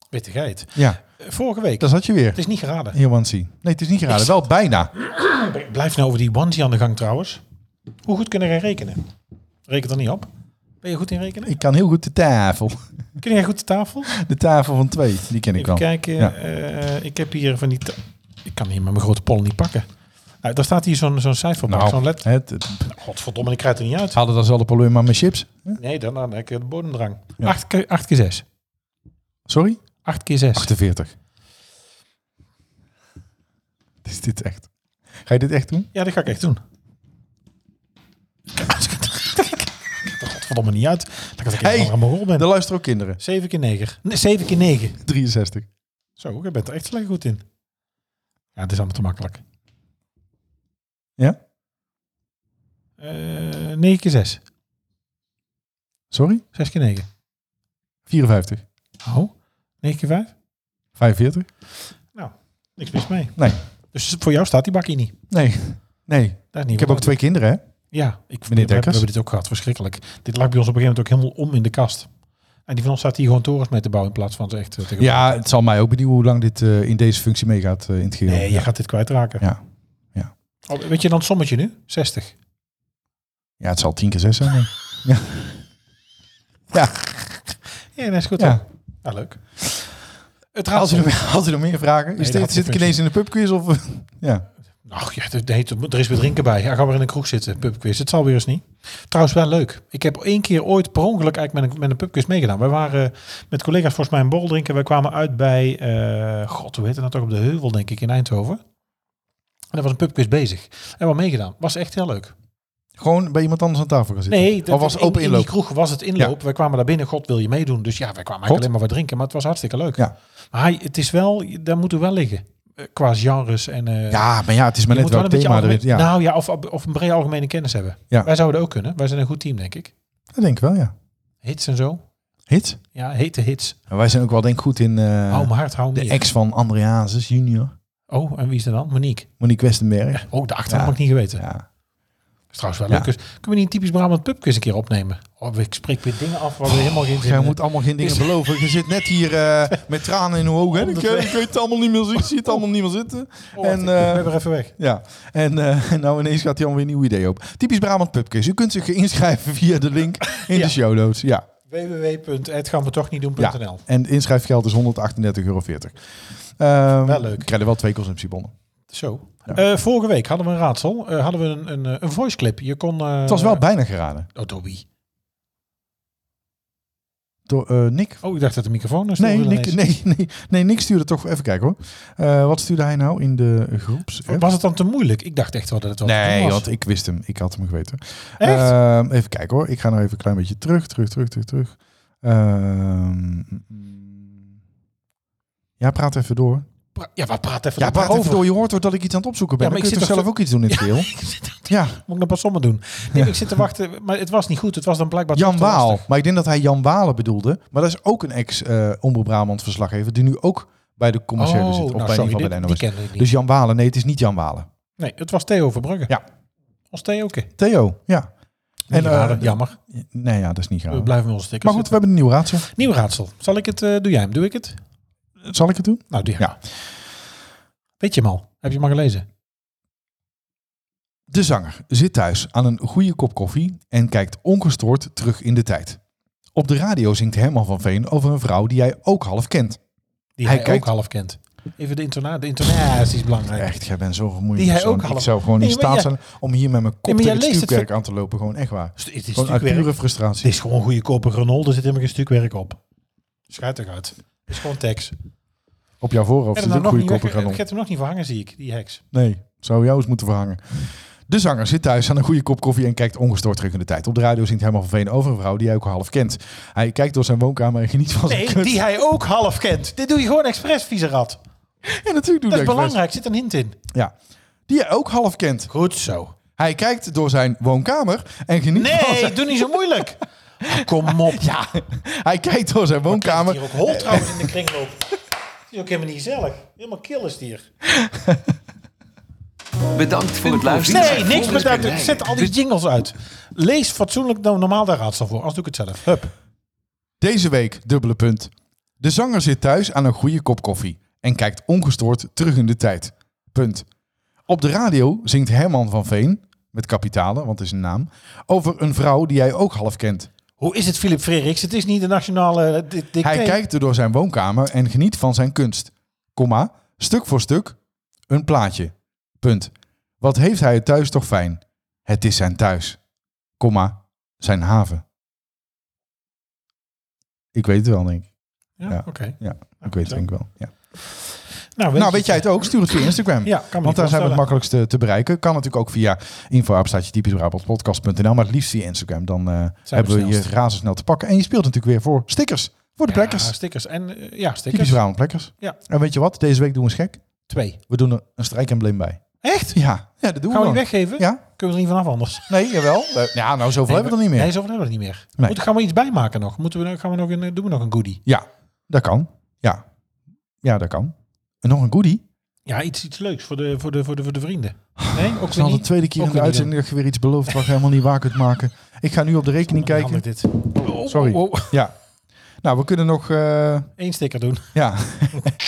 B: Witte geit.
C: Ja,
B: Eh, Vorige week.
C: daar zat je weer.
B: Het is niet geraden.
C: Heel onesie. Nee, het is niet geraden. Wel bijna.
B: Blijf nou over die onesie aan de gang trouwens. Hoe goed kunnen jij rekenen? Reken er niet op. Ben je goed in rekenen?
C: Ik kan heel goed de tafel.
B: Ken jij goed de tafel?
C: De tafel van twee, die ken ik
B: Even
C: wel.
B: kijken.
C: Ja.
B: eh, ik heb hier van die... ta- Ik kan hier met mijn grote pollen niet pakken. Nou, daar staat hier zo'n zo'n cijferblok, zo'n
C: Nou,
B: led.
C: het, het,
B: Godverdomme, ik krijg het er niet uit.
C: hadden dat zelfde probleem maar met chips.
B: Nee, dan dan heb ik de bodemdrang.
C: Ja.
B: 8 keer 8 keer 6.
C: Sorry?
B: 8 keer 6.
C: 48. Is dit echt? Ga je dit echt doen?
B: Ja, dat ga ik echt doen. Ik heb er godverdomme niet uit. Dat ik
C: Hey,
B: helemaal aan mijn rol ben.
C: Er luisteren ook kinderen.
B: 7 keer 9. Nee, 7 keer 9.
C: 63.
B: Zo, ik ben er echt slecht goed in. Ja, het is allemaal te makkelijk.
C: Ja?
B: Eh 9 keer 6.
C: Sorry?
B: 6 keer 9.
C: 54.
B: Oh, 9 keer 5?
C: 45?
B: Niks mis mee.
C: Nee.
B: Dus voor jou staat die bakkie niet.
C: Nee. Nee.
B: Dat is niet
C: Ik heb
B: waar.
C: ook twee kinderen, hè?
B: Ja, ik,
C: Meneer
B: we- we,
C: Dekkers?
B: hebben dit ook gehad. Verschrikkelijk. Dit lag bij ons op een gegeven moment ook helemaal om in de kast. En die van ons staat hier gewoon torens mee te bouwen in plaats van ze echt eh, tegen
C: Ja, het zal mij ook benieuwen hoe lang dit eh, in deze functie meegaat eh, in het geheel.
B: Nee, je
C: ja.
B: gaat dit kwijtraken.
C: Ja. Ja.
B: Oh, weet je dan het sommetje nu? 60.
C: Ja, het zal 10 keer 6 zijn. denk ik. ja. Ja,
B: Ja, dat is goed.
C: Ja.
B: Ja. Nou, leuk. Het
C: als u,
B: raadsel.
C: er, als u er meer vragen...
B: Nee,
C: is
B: dat
C: dit,
B: had
C: zit ik
B: geen
C: ineens in de pubquiz of... ja.
B: Ach ja, dat heet, er is weer drinken bij. Ja, ga weer in de kroeg zitten. Pubquiz. Het zal weer eens niet. Trouwens, wel leuk. Ik heb één keer ooit per ongeluk eigenlijk met een, met een pubquiz meegedaan. Wij waren met collega's volgens mij een borrel drinken. Wij kwamen uit bij, eh, god, hoe heette dat ook op de Heuvel, denk ik, in Eindhoven. En er was een pubquiz bezig. En we meegedaan. Was echt heel leuk.
C: Gewoon bij iemand anders aan tafel gaan zitten.
B: Nee,
C: of oh, was
B: in-
C: open
B: in,
C: inloop.
B: die kroeg was het inloop. Wij kwamen daar binnen. God wil je meedoen. Dus ja, wij kwamen eigenlijk
C: God.
B: alleen maar wat drinken. Maar het was hartstikke leuk.
C: Ja.
B: Maar hij, het is wel, daar moeten we wel liggen. Eh, Qua genres en... eh,
C: Ja, maar ja, het is maar
B: je
C: net
B: moet wel
C: welk
B: een beetje
C: thema er
B: algemeen-
C: is. Ja,
B: Nou ja, of, of een brede algemene kennis hebben.
C: Ja.
B: Wij zouden ook kunnen. Wij zijn een goed team, denk ik.
C: dat denk ik wel, ja.
B: Hits en zo.
C: Hits?
B: Ja, hete hits.
C: En wij zijn ook wel denk ik goed in eh,
B: hou me hard, hou me
C: de
B: hier.
C: ex van André Hazes junior.
B: Oh, en wie is er dan? Monique.
C: Monique Westenberg.
B: Oh, de achternaam
C: Ja.
B: had ik niet geweten.
C: Ja.
B: Is trouwens wel
C: Ja.
B: leuk. Dus kunnen we niet een typisch Brabant pubquiz een keer opnemen? Oh, ik spreek weer dingen af waar we helemaal geen zin
C: Jij
B: in
C: moet allemaal geen dingen
B: Is-
C: beloven. Je zit net hier eh, met tranen in de ogen. Ik, eh, ik weet het allemaal niet meer zien. Ik zie het allemaal niet meer zitten.
B: Oh, wacht,
C: en,
B: ik-
C: eh,
B: ik ben weer even weg.
C: Ja, en eh, nou ineens gaat hij alweer een nieuw idee op. Typisch Brabant Pubquiz. U kunt zich inschrijven via de link in
B: Ja.
C: de show notes. Ja.
B: www.hetgaanwetochnietdoen.nl
C: ja. En inschrijfgeld is 138,40 euro. Ehm,
B: Wel leuk.
C: Krijg je wel Eh, twee consumptiebonnen.
B: Zo.
C: Ja.
B: Eh, vorige week hadden we een raadsel. Eh, hadden we een, een, eh, een voice clip. Je kon... eh,
C: Het was wel bijna geraden.
B: Oh, door wie?
C: Door eh, Nick
B: Oh, ik dacht dat de microfoon...
C: Nee,
B: niks.
C: Nick, nee, nee, nee, Nick stuurde toch... Even kijken hoor. Eh, wat stuurde hij nou in de groeps?
B: Was het dan te moeilijk? Ik dacht echt wel dat het wel te doen
C: Nee,
B: was.
C: want ik wist hem. Ik had hem geweten.
B: Echt?
C: Ehm, even kijken hoor. Ik ga nou even een klein beetje terug, terug, terug, terug, terug. Ehm, mm, ja, praat even door.
B: Pra- ja, maar praat even
C: Ja, praat
B: over.
C: even door. Je hoort toch dat ik iets aan het opzoeken ben.
B: Ja,
C: Dan
B: maar
C: kun je
B: ik
C: toch
B: zit
C: zelf
B: toch
C: ook iets doen in het geheel? Ja,
B: Moet ik nog pas sommen doen? Nee, maar ik zit te wachten. Maar het was niet goed. Het was dan blijkbaar
C: Jan
B: toch te
C: Waal.
B: lastig.
C: Maar ik denk dat hij Jan Walen bedoelde. Maar dat is ook een ex-Omroep Brabant verslaggever... die nu ook bij de commerciële
B: Oh,
C: zit. Of
B: nou,
C: bij
B: sorry,
C: een van
B: dit-
C: de
B: die
C: NOS.
B: kende ik niet.
C: Dus Jan Walen. Nee, het is niet Jan Walen.
B: nee, het was Theo Verbrugge.
C: Ja.
B: Ons Theo oké.
C: Theo, ja.
B: En
C: eh,
B: jammer.
C: nee, ja, dat is niet
B: We
C: graag.
B: blijven met onze stickers.
C: Maar goed, we hebben een nieuw raadsel.
B: zitten. nieuw raadsel. Zal ik het? eh, doe jij hem? Doe ik het?
C: Zal ik het doen?
B: Nou, doe jij.
C: Ja.
B: hem. Weet je hem al? Heb je hem al gelezen?
C: De zanger zit thuis aan een goede kop koffie en kijkt ongestoord terug in de tijd. Op de radio zingt Herman van Veen over een vrouw die hij ook half kent.
B: Die
C: Hij
B: hij,
C: kijkt-
B: ook half kent. Even de intonatie. De intonatie is belangrijk.
C: Echt, jij bent zo vermoeiend.
B: Die hij
C: persoon.
B: ook half-
C: Ik zou gewoon in
B: Nee, maar
C: staat
B: ja.
C: zijn om hier met mijn kop
B: Nee, maar jij
C: tegen het
B: leest het
C: stuurwerk aan te lopen. Gewoon echt waar.
B: Dus het is
C: Gewoon uit
B: natuurlijk weer
C: pure
B: Het
C: frustratie.
B: is gewoon goede koper granola, er zit helemaal geen stukwerk op. Schijt eruit. Het is gewoon tekst.
C: Op jouw voorhoofd
B: En
C: zit
B: dan
C: ook
B: nog
C: goede
B: niet weg,
C: koppen
B: ik
C: kanon.
B: heb hem nog niet verhangen, zie ik, die heks.
C: Nee, zou jou eens moeten verhangen. De zanger zit thuis aan een goede kop koffie en kijkt ongestoord terug in de tijd. Op de radio zingt Herman van Veen over een vrouw die hij ook half kent. Hij kijkt door zijn woonkamer en geniet van zijn
B: Nee,
C: kut.
B: die hij ook half kent. Dit doe je gewoon expres, vieze rat.
C: En natuurlijk doet
B: Dat is
C: hij expres.
B: belangrijk, zit een hint in.
C: Ja. Die hij ook half kent.
B: Goed zo.
C: Hij kijkt door zijn woonkamer en geniet van
B: Nee,
C: zijn...
B: doe niet zo moeilijk. Ah, Kom op. Ja,
C: Hij kijkt door zijn
B: kamer.
C: woonkamer
B: Hier ook hol trouwens in de kringloop. Het is ook helemaal niet gezellig. Helemaal kil is het hier.
A: Bedankt voor het luisteren.
B: Nee, niks
A: Volgende
B: bedankt. Ik
A: keer-
B: zet al die jingles uit. Lees fatsoenlijk dan normaal de raadsel voor. Als doe ik het zelf. Hup.
C: Deze week, dubbele punt. De zanger zit thuis aan een goede kop koffie en kijkt ongestoord terug in de tijd. Punt. Op de radio zingt Herman van Veen, met kapitalen, want het is een naam, over een vrouw die hij ook half kent.
B: Hoe is het, Philip Frederiks? Het is niet de nationale... eh, Dit, dit
C: Hij kijkt er door zijn woonkamer en geniet van zijn kunst. Komma, stuk voor stuk, een plaatje. Punt. Wat heeft hij het thuis toch fijn? Het is zijn thuis. Komma, zijn haven. Ik weet het wel, denk ik.
B: Ja,
C: ja.
B: oké.
C: Ja, ik weet het denk ik wel. Ja.
B: Nou,
C: Nou, weet jij het ook? Stuur het via Instagram.
B: Ja, kan me
C: Want
B: niet
C: daar zijn we
B: voorstellen.
C: het makkelijkst eh, te bereiken. Kan natuurlijk ook via info@typischbrabantpodcast.nl, maar het liefst via Instagram. Dan eh, hebben we je
B: snelst.
C: razendsnel te pakken. En je speelt natuurlijk weer voor stickers. Voor de
B: Ja,
C: plekkers.
B: stickers. En, eh, ja, stickers.
C: Typisch Brabant plekkers.
B: Ja.
C: En weet je wat? Deze week doen we eens gek.
B: Twee.
C: We doen er een strijkembleem bij.
B: Echt?
C: Ja, ja
B: Gaan we
C: dat doen we
B: die
C: gewoon.
B: weggeven?
C: Ja,
B: Kunnen we er niet vanaf anders?
C: nee, jawel. Eh, Ja, nou, zoveel hebben we er niet meer.
B: Nee, zoveel hebben we niet meer.
C: Nee.
B: Moeten, gaan we iets bijmaken nog? Moeten we, gaan we nog een, doen we nog een goodie?
C: Ja, dat kan. Ja. ja, dat kan. En nog een goodie.
B: Ja, iets, iets leuks voor de, voor, de, voor, de, voor de vrienden. Nee, ook
C: Het is
B: weer
C: al de
B: niet.
C: tweede keer
B: Ook
C: in de
B: weer niet
C: uitzending dat je weer iets belooft wat je helemaal niet waar kunt maken. Ik ga nu op de rekening kijken.
B: Handig dit.
C: Sorry.
B: Oh, oh, oh.
C: Ja. Nou, we kunnen nog... eh,
B: Eén sticker doen.
C: ja.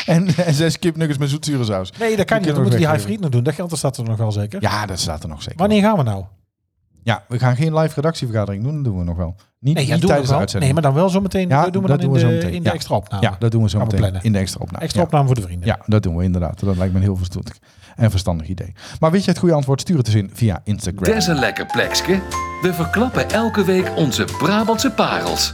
C: en, en zes kipnuggets met zoetzure saus.
B: Nee, dat kan niet.
C: kunnen
B: Dan
C: we
B: moeten die
C: weggeven.
B: high fried nog doen. Dat geld dat staat er nog wel zeker.
C: Ja, dat staat er nog zeker.
B: Wanneer gaan we nou?
C: Ja, we gaan geen live redactievergadering doen. Dat doen we nog wel. Niet,
B: Nee, ja, doen
C: niet
B: we
C: tijdens de
B: wel.
C: uitzending.
B: Nee, maar dan wel zometeen.
C: Ja,
B: dat doen we
C: dat
B: dan in,
C: doen we
B: de,
C: zometeen.
B: in de
C: Ja.
B: extra opname.
C: ja, dat doen we zo
B: Gaan we
C: meteen
B: plannen.
C: in de extra opname.
B: extra
C: Ja.
B: opname voor de vrienden.
C: Ja, dat doen we inderdaad. Dat lijkt me een heel verstandig en verstandig idee. Maar weet je het goede antwoord? Stuur het eens in via Instagram.
A: Des een lekker plekske. We verklappen elke week onze Brabantse parels.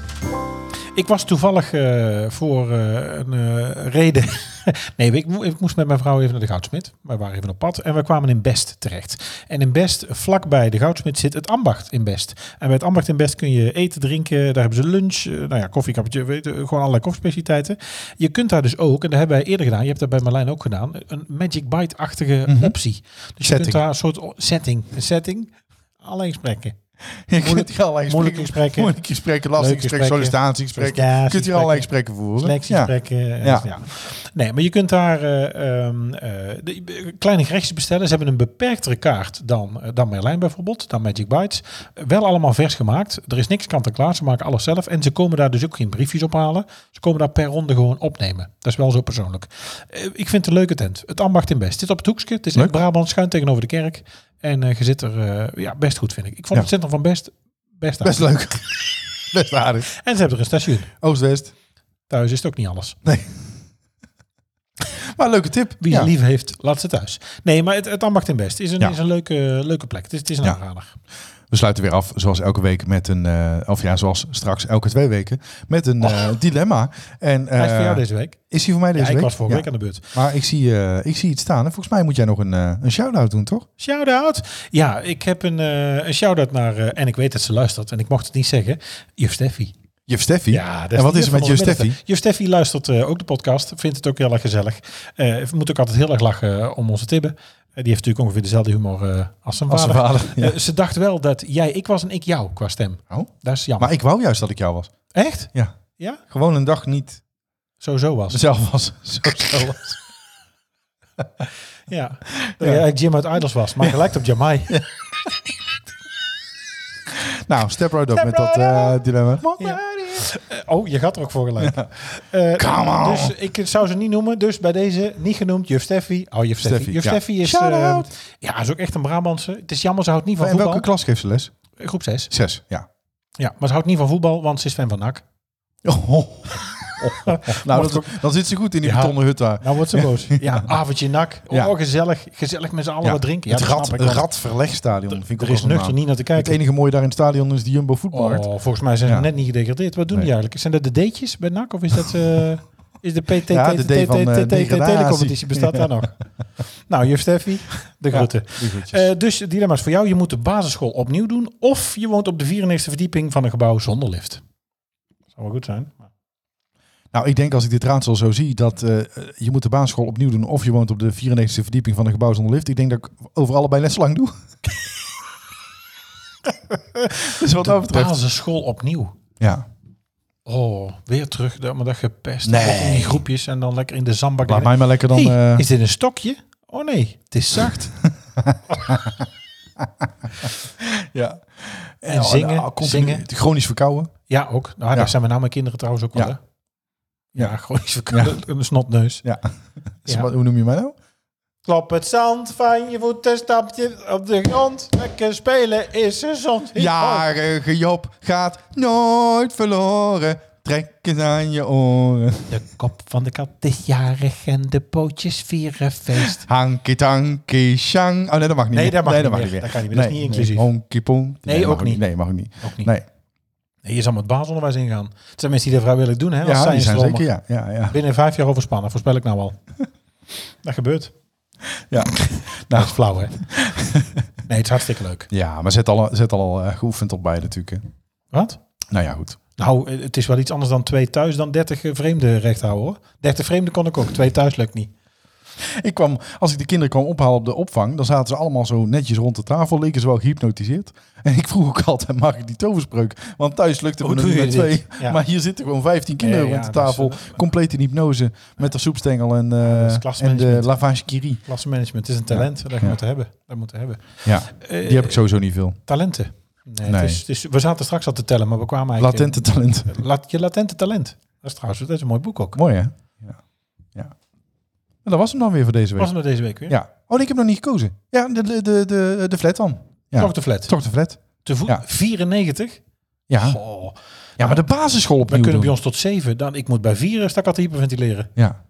B: Ik was toevallig eh, voor eh, een eh, reden. nee, ik, mo- ik moest met mijn vrouw even naar de goudsmid. We waren even op pad en we kwamen in Best terecht. En in Best, vlakbij de goudsmid, zit het ambacht in Best. En bij het ambacht in Best kun je eten, drinken. Daar hebben ze lunch, eh, nou ja, koffie, cappuccino, weet, je, gewoon allerlei koffiespecialiteiten. Je kunt daar dus ook, en dat hebben wij eerder gedaan, je hebt dat bij Marlijn ook gedaan, een Magic Bite-achtige optie. Dus je
C: Setting.
B: kunt daar een soort o- setting, een setting, alleen gesprekken.
C: Je kunt hier allerlei
B: moeilijke gesprekken.
C: Moeilijke gesprekken, lastige
B: Leuke
C: gesprekken,
B: gesprekken.
C: sollicitatiegesprekken. Je kunt
B: Sollicitatiegesprekken.
C: hier allerlei gesprekken voeren.
B: Selectiegesprekken. eh,
C: Ja.
B: Ja. Nee, maar je kunt daar eh, ehm, eh, de- eh, kleine gerechtjes bestellen. Ze hebben een beperktere kaart dan, eh, dan Merlijn bijvoorbeeld, dan Magic Bites. Eh, Wel allemaal vers gemaakt. Er is niks kant en klaar. Ze maken alles zelf. En ze komen daar dus ook geen briefjes ophalen. Ze komen daar per ronde gewoon opnemen. Dat is wel zo persoonlijk. Eh, ik vind het een leuke tent. Het ambacht in Best. Zit op het hoekje. Het is in
C: Leuk.
B: Brabant, schuin tegenover de kerk. En eh, je zit er eh, ja, best goed, vind ik. Ik vond
C: Ja.
B: het centrum van Best best,
C: Ja.
B: aardig.
C: Best leuk. Best aardig.
B: En ze hebben er een station.
C: Oost-West.
B: Thuis is het ook niet alles.
C: Maar leuke tip.
B: Wie
C: Ja.
B: ze lief heeft, laat ze thuis. Nee, maar het, het ambacht in best is een,
C: Ja.
B: is een leuke, leuke plek. Het is, het is een
C: Ja.
B: aanrader.
C: We sluiten weer af, zoals elke week, met een... eh, of ja, zoals straks elke twee weken, met een eh, dilemma. En,
B: Oh. Hij is voor
C: eh,
B: jou deze week.
C: is die voor mij deze
B: Ja, ik
C: week?
B: was vorige
C: Ja.
B: week aan de beurt.
C: Maar ik zie, eh, ik zie het staan. En volgens mij moet jij nog een, eh, een shout-out doen, toch?
B: Shout-out. Ja, ik heb een, eh, een shout-out naar... eh, en ik weet dat ze luistert. En ik mocht het niet zeggen. Juf Steffi.
C: Juf Steffi.
B: Ja,
C: en wat is er met Juf Steffi?
B: Juf Steffi luistert eh, ook de podcast. Vindt het ook heel erg gezellig. Eh moet ook altijd heel erg lachen om onze tibben. Eh, die heeft natuurlijk ongeveer dezelfde humor eh, als zijn
C: Als
B: vader.
C: zijn vader, ja.
B: Eh, ze dacht wel dat jij ik was en ik jou qua stem.
C: Oh.
B: Dat is jammer.
C: Maar ik wou juist dat ik jou was.
B: Echt?
C: Ja.
B: Ja?
C: Gewoon een dag niet
B: Sowieso was.
C: zelf was. Zo zelf was.
B: Ja, dat jij Jim uit Idols was, maar gelijk op Jamai.
C: Nou, step right up
B: Step
C: met dat
B: right
C: eh, dilemma.
B: Ja. Eh, Oh, je gaat er ook voor gelijk. Eh,
C: Come on.
B: Dus ik zou ze niet noemen, dus bij deze niet genoemd. Juf Steffi. Oh, Juf Steffi.
C: Steffi,
B: Juf
C: ja.
B: Steffi is...
C: Shout
B: eh,
C: out.
B: ja, is ook echt een Brabantse. Het is jammer, ze houdt niet van
C: En
B: voetbal.
C: welke klas geeft ze les?
B: Groep 6.
C: Zes, ja.
B: Ja, maar ze houdt niet van voetbal, want ze is fan van NAC.
C: Oh. nou, dat, dan zit ze goed in die
B: Ja.
C: betonnen hut daar.
B: Nou wordt ze boos. Ja, avondje NAC. Oh,
C: Ja.
B: gezellig. Gezellig met z'n allen wat drinken. Ja,
C: het
B: dat
C: rad,
B: snap ik wel.
C: radverlegstadion. vind ik
B: Er
C: ook
B: is
C: wel zo'n
B: nuchter
C: naam.
B: niet naar te
C: Het
B: kijken.
C: enige mooie daar in het stadion is de Jumbo Voetmarkt.
B: Oh, volgens mij zijn ze
C: Ja.
B: net niet gedegradeerd. Wat doen
C: Nee.
B: die eigenlijk? Zijn dat de D'tjes bij NAC of is dat eh, is de PT
C: Ja, de D van, eh, degradatie.
B: telecompetitie bestaat daar nog? Nou, juf Steffi, de groeten.
C: Die groetjes.
B: Eh, dus dilemma's voor jou. Je moet de basisschool opnieuw doen of je woont op de 94e verdieping van een gebouw zonder lift. Zou wel goed zijn.
C: nou, ik denk als ik dit raadsel zo zie, dat eh, je moet de basisschool opnieuw doen. Of je woont op de 94e verdieping van een gebouw zonder lift. Ik denk dat ik over allebei net zo lang doe. dus wat dat betreft.
B: Basisschool opnieuw.
C: Ja.
B: Oh, weer terug. Dat, maar dat gepest.
C: Nee.
B: In die groepjes en dan lekker in de zandbak.
C: Laat mij maar lekker dan.
B: Hey,
C: eh,
B: is dit een stokje? Oh nee, het is zacht.
C: ja. nou,
B: En zingen,
C: continu-
B: zingen.
C: Chronisch verkouden.
B: Ja, ook. Nou,
C: Ja.
B: Daar zijn met name kinderen trouwens ook wel.
C: Ja.
B: hè?
C: Ja.
B: Ja, gewoon is verkouden. Een snotneus.
C: Ja.
B: Ja.
C: Wat- Hoe noem je mij nou?
B: Klop het zand van je voeten, stap je op de grond. Lekker spelen is gezond.
C: Jarige Job gaat nooit verloren. Trek eens aan je oren.
B: De kop van de kat is jarig en de pootjes vieren feest.
C: Hanky tanky shang. Oh nee, dat mag niet
B: Nee,
C: meer.
B: dat mag niet
C: dat
B: meer.
C: mag
B: Dat kan niet meer. Dat is niet inclusief.
C: Honky ponk.
B: Nee,
C: mag
B: ook niet.
C: Nee, mag ook niet.
B: Ook niet.
C: Nee.
B: Nee, je zal met baasonderwijs ingaan. Het zijn mensen die dat vrijwillig doen, hè? als
C: Ja, die zijn
B: stromen.
C: zeker. Ja, ja, ja.
B: Binnen vijf jaar overspannen, voorspel ik nou al. Dat gebeurt.
C: ja. Nou.
B: Dat is flauw, hè? Nee, het is hartstikke leuk.
C: Ja, maar zet al, zet al eh, geoefend op beide natuurlijk. hè.
B: Wat?
C: Nou ja, goed.
B: Nou, eh, het is wel iets anders dan twee thuis dan dertig eh, vreemden recht houden, hoor. Dertig vreemden kon ik ook, twee thuis lukt niet.
C: Ik kwam, als ik de kinderen kwam ophalen op de opvang, dan zaten ze allemaal zo netjes rond de tafel, leken ze wel gehypnotiseerd. En ik vroeg ook altijd, mag ik die toverspreuk? Want thuis lukte me
B: Hoe
C: nog
B: doe
C: niet
B: je
C: met
B: dit?
C: twee.
B: Ja.
C: Maar hier zitten gewoon 15 kinderen
B: Ja, ja,
C: rond de
B: dat is,
C: tafel,
B: eh,
C: compleet in hypnose, met de soepstengel en, eh,
B: dat is
C: en de
B: klasmanagement.
C: lavage curie.
B: Klassenmanagement is een talent, dat
C: Ja.
B: moeten hebben. Dat moeten hebben.
C: Ja,
B: Eh,
C: die heb ik sowieso niet veel.
B: Talenten. Nee,
C: Nee.
B: Het is, het is- we zaten straks al te tellen, maar we kwamen eigenlijk...
C: Latente talent.
B: Lat- je latente talent. Dat is trouwens dat is een mooi boek ook.
C: Mooi hè? Ja. ja. En dat was hem dan weer voor deze week.
B: Was het nog deze week weer?
C: Ja. Oh, nee, ik heb nog niet gekozen. Ja, de, de, de, de, de flat dan. Ja.
B: Toch de flat.
C: Toch de flat.
B: Te voet.
C: Ja.
B: 94?
C: Ja.
B: Goh.
C: ja, maar de basisschool
B: Wij
C: opnieuw
B: kunnen bij
C: doen.
B: ons tot 7. Dan, ik moet bij 4 stak altijd hyperventileren.
C: Ja.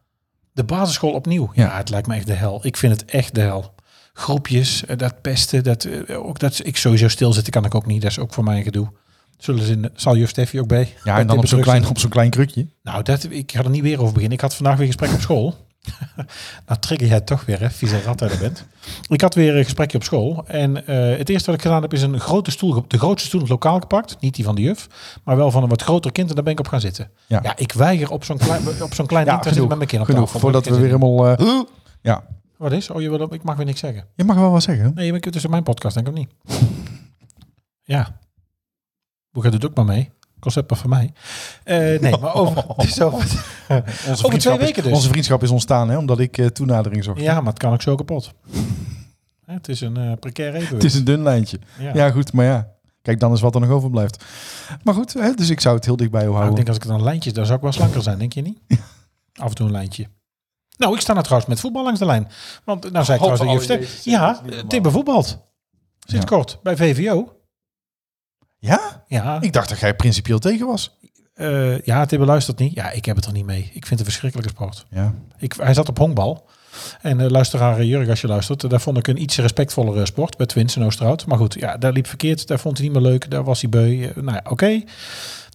B: De basisschool opnieuw. Ja. het lijkt me echt de hel. Ik vind het echt de hel. Groepjes, eh, dat pesten. Dat, eh, ook dat, ik sowieso stilzitten kan ik ook niet. Dat is ook voor mij een gedoe. Zullen ze in, zal juf Steffi ook bij?
C: Ja,
B: Bij
C: en dan op zo'n
B: Timbuktu?
C: klein, op zo'n klein krukje.
B: Nou, dat, ik ga er niet weer over beginnen. Ik had vandaag weer gesprek op school. nou, trigger jij het toch weer, hè? Vieze rat dat je bent. Ik had weer een gesprekje op school. En eh, het eerste wat ik gedaan heb, is een grote stoel, ge- de grootste stoel in het lokaal gepakt. Niet die van de juf, maar wel van een wat groter kind. En daar ben ik op gaan zitten.
C: Ja.
B: Ja, ik weiger op zo'n klein, op zo'n klein ding te zitten met mijn kind op
C: genoeg
B: tafel.
C: voordat we weer helemaal... eh, ja,
B: Wat is? Oh, je wil, ik mag weer niks zeggen.
C: je mag wel wat zeggen.
B: Nee, maar ik- het is op mijn podcast, denk ik of niet. ja. Hoe gaat het ook maar mee? Concept was van mij. Eh, nee, maar
C: Oh,
B: over, dus over, over twee
C: vriendschap
B: weken
C: is,
B: dus.
C: Onze vriendschap is ontstaan, hè, omdat ik eh, toenadering zocht.
B: Ja, maar het kan ook zo kapot. Hè, het is een eh, precair evenwicht.
C: Het is een dun lijntje.
B: ja.
C: Ja. goed, maar ja. Kijk, dan is wat er nog overblijft. Maar goed, hè, dus ik zou het heel dichtbij
B: Maar Ah, ik
C: houden.
B: denk als ik dan lijntjes, dan zou ik wel slanker zijn, denk je niet? Af en toe een lijntje. Nou, ik sta nou trouwens met voetbal langs de lijn. Want eh, nou zei ik
C: God,
B: trouwens dat
C: oh,
B: je
C: jezus,
B: Ja,
C: dat is niet
B: eh, Tibbe voetbalt. Sinds
C: Ja.
B: kort, bij VVO.
C: Ja?
B: Ja,
C: Ik dacht dat jij principieel tegen was.
B: eh, ja, Tibbe luistert niet. Ja, ik heb het er niet mee. Ik vind het een verschrikkelijke sport.
C: Ja.
B: Ik, hij zat op honkbal. En eh, luisteraar eh, Jurgen, als je luistert, eh, daar vond ik een iets respectvollere sport bij Twins en Oosterhout. Maar goed, ja, daar liep verkeerd. Daar vond hij niet meer leuk. Daar was hij beu. Eh, nou ja, oké.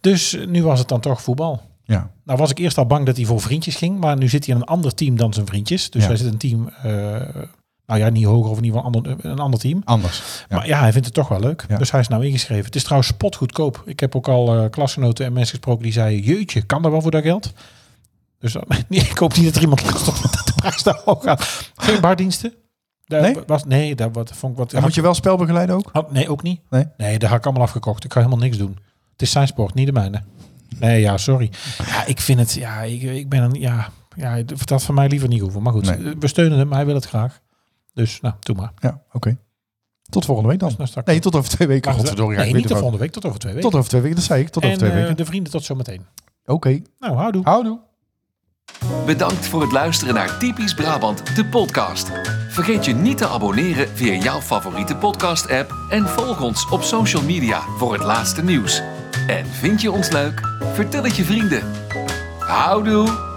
B: Dus eh, nu was het dan toch voetbal.
C: Ja.
B: Nou was ik eerst al bang dat hij voor vriendjes ging. Maar nu zit hij in een ander team dan zijn vriendjes. Dus
C: Ja.
B: hij zit in een team, eh, nou ja, niet hoger of in ieder geval een ander, een ander team.
C: Anders. Ja.
B: Maar ja, hij vindt het toch wel leuk.
C: Ja.
B: Dus hij is nou ingeschreven. Het is trouwens spotgoedkoop. Ik heb ook al eh, klasgenoten en mensen gesproken die zeiden... Jeetje, kan dat wel voor dat geld? Dus eh, nee, ik hoop niet dat er iemand last op dat de prijs daar hoog gaat. Geen bardiensten? Daar
C: Nee?
B: Was, nee, daar wat, vond ik wat...
C: En moet je wel spel begeleiden ook?
B: Oh, nee, ook niet.
C: Nee?
B: daar had ik allemaal afgekocht. Ik ga helemaal niks doen. Het is zijn sport, niet de mijne. Nee, ja, sorry. Ja, ik vind het... Ja, ik, ik ben een... Ja, ja, dat van mij liever niet hoeven. Maar goed,
C: Nee.
B: we steunen hem. Hij wil het graag. Dus, nou, doe maar.
C: Ja, oké. Tot volgende week dan.
B: Nou, straks-
C: Nee, tot over twee weken.
B: Maar-
C: Godverdorie, ga ik
B: nee,
C: weer
B: niet
C: de
B: de
C: fout.
B: volgende week, tot over twee weken.
C: Tot over twee weken, dat zei ik. Tot over
B: en
C: twee
B: eh,
C: weken.
B: de vrienden tot zometeen.
C: Oké.
B: Nou, houdoe.
C: Houdoe.
A: Bedankt voor het luisteren naar Typisch Brabant, de podcast. Vergeet je niet te abonneren via jouw favoriete podcast-app en volg ons op social media voor het laatste nieuws. En vind je ons leuk? Vertel het je vrienden. Houdoe!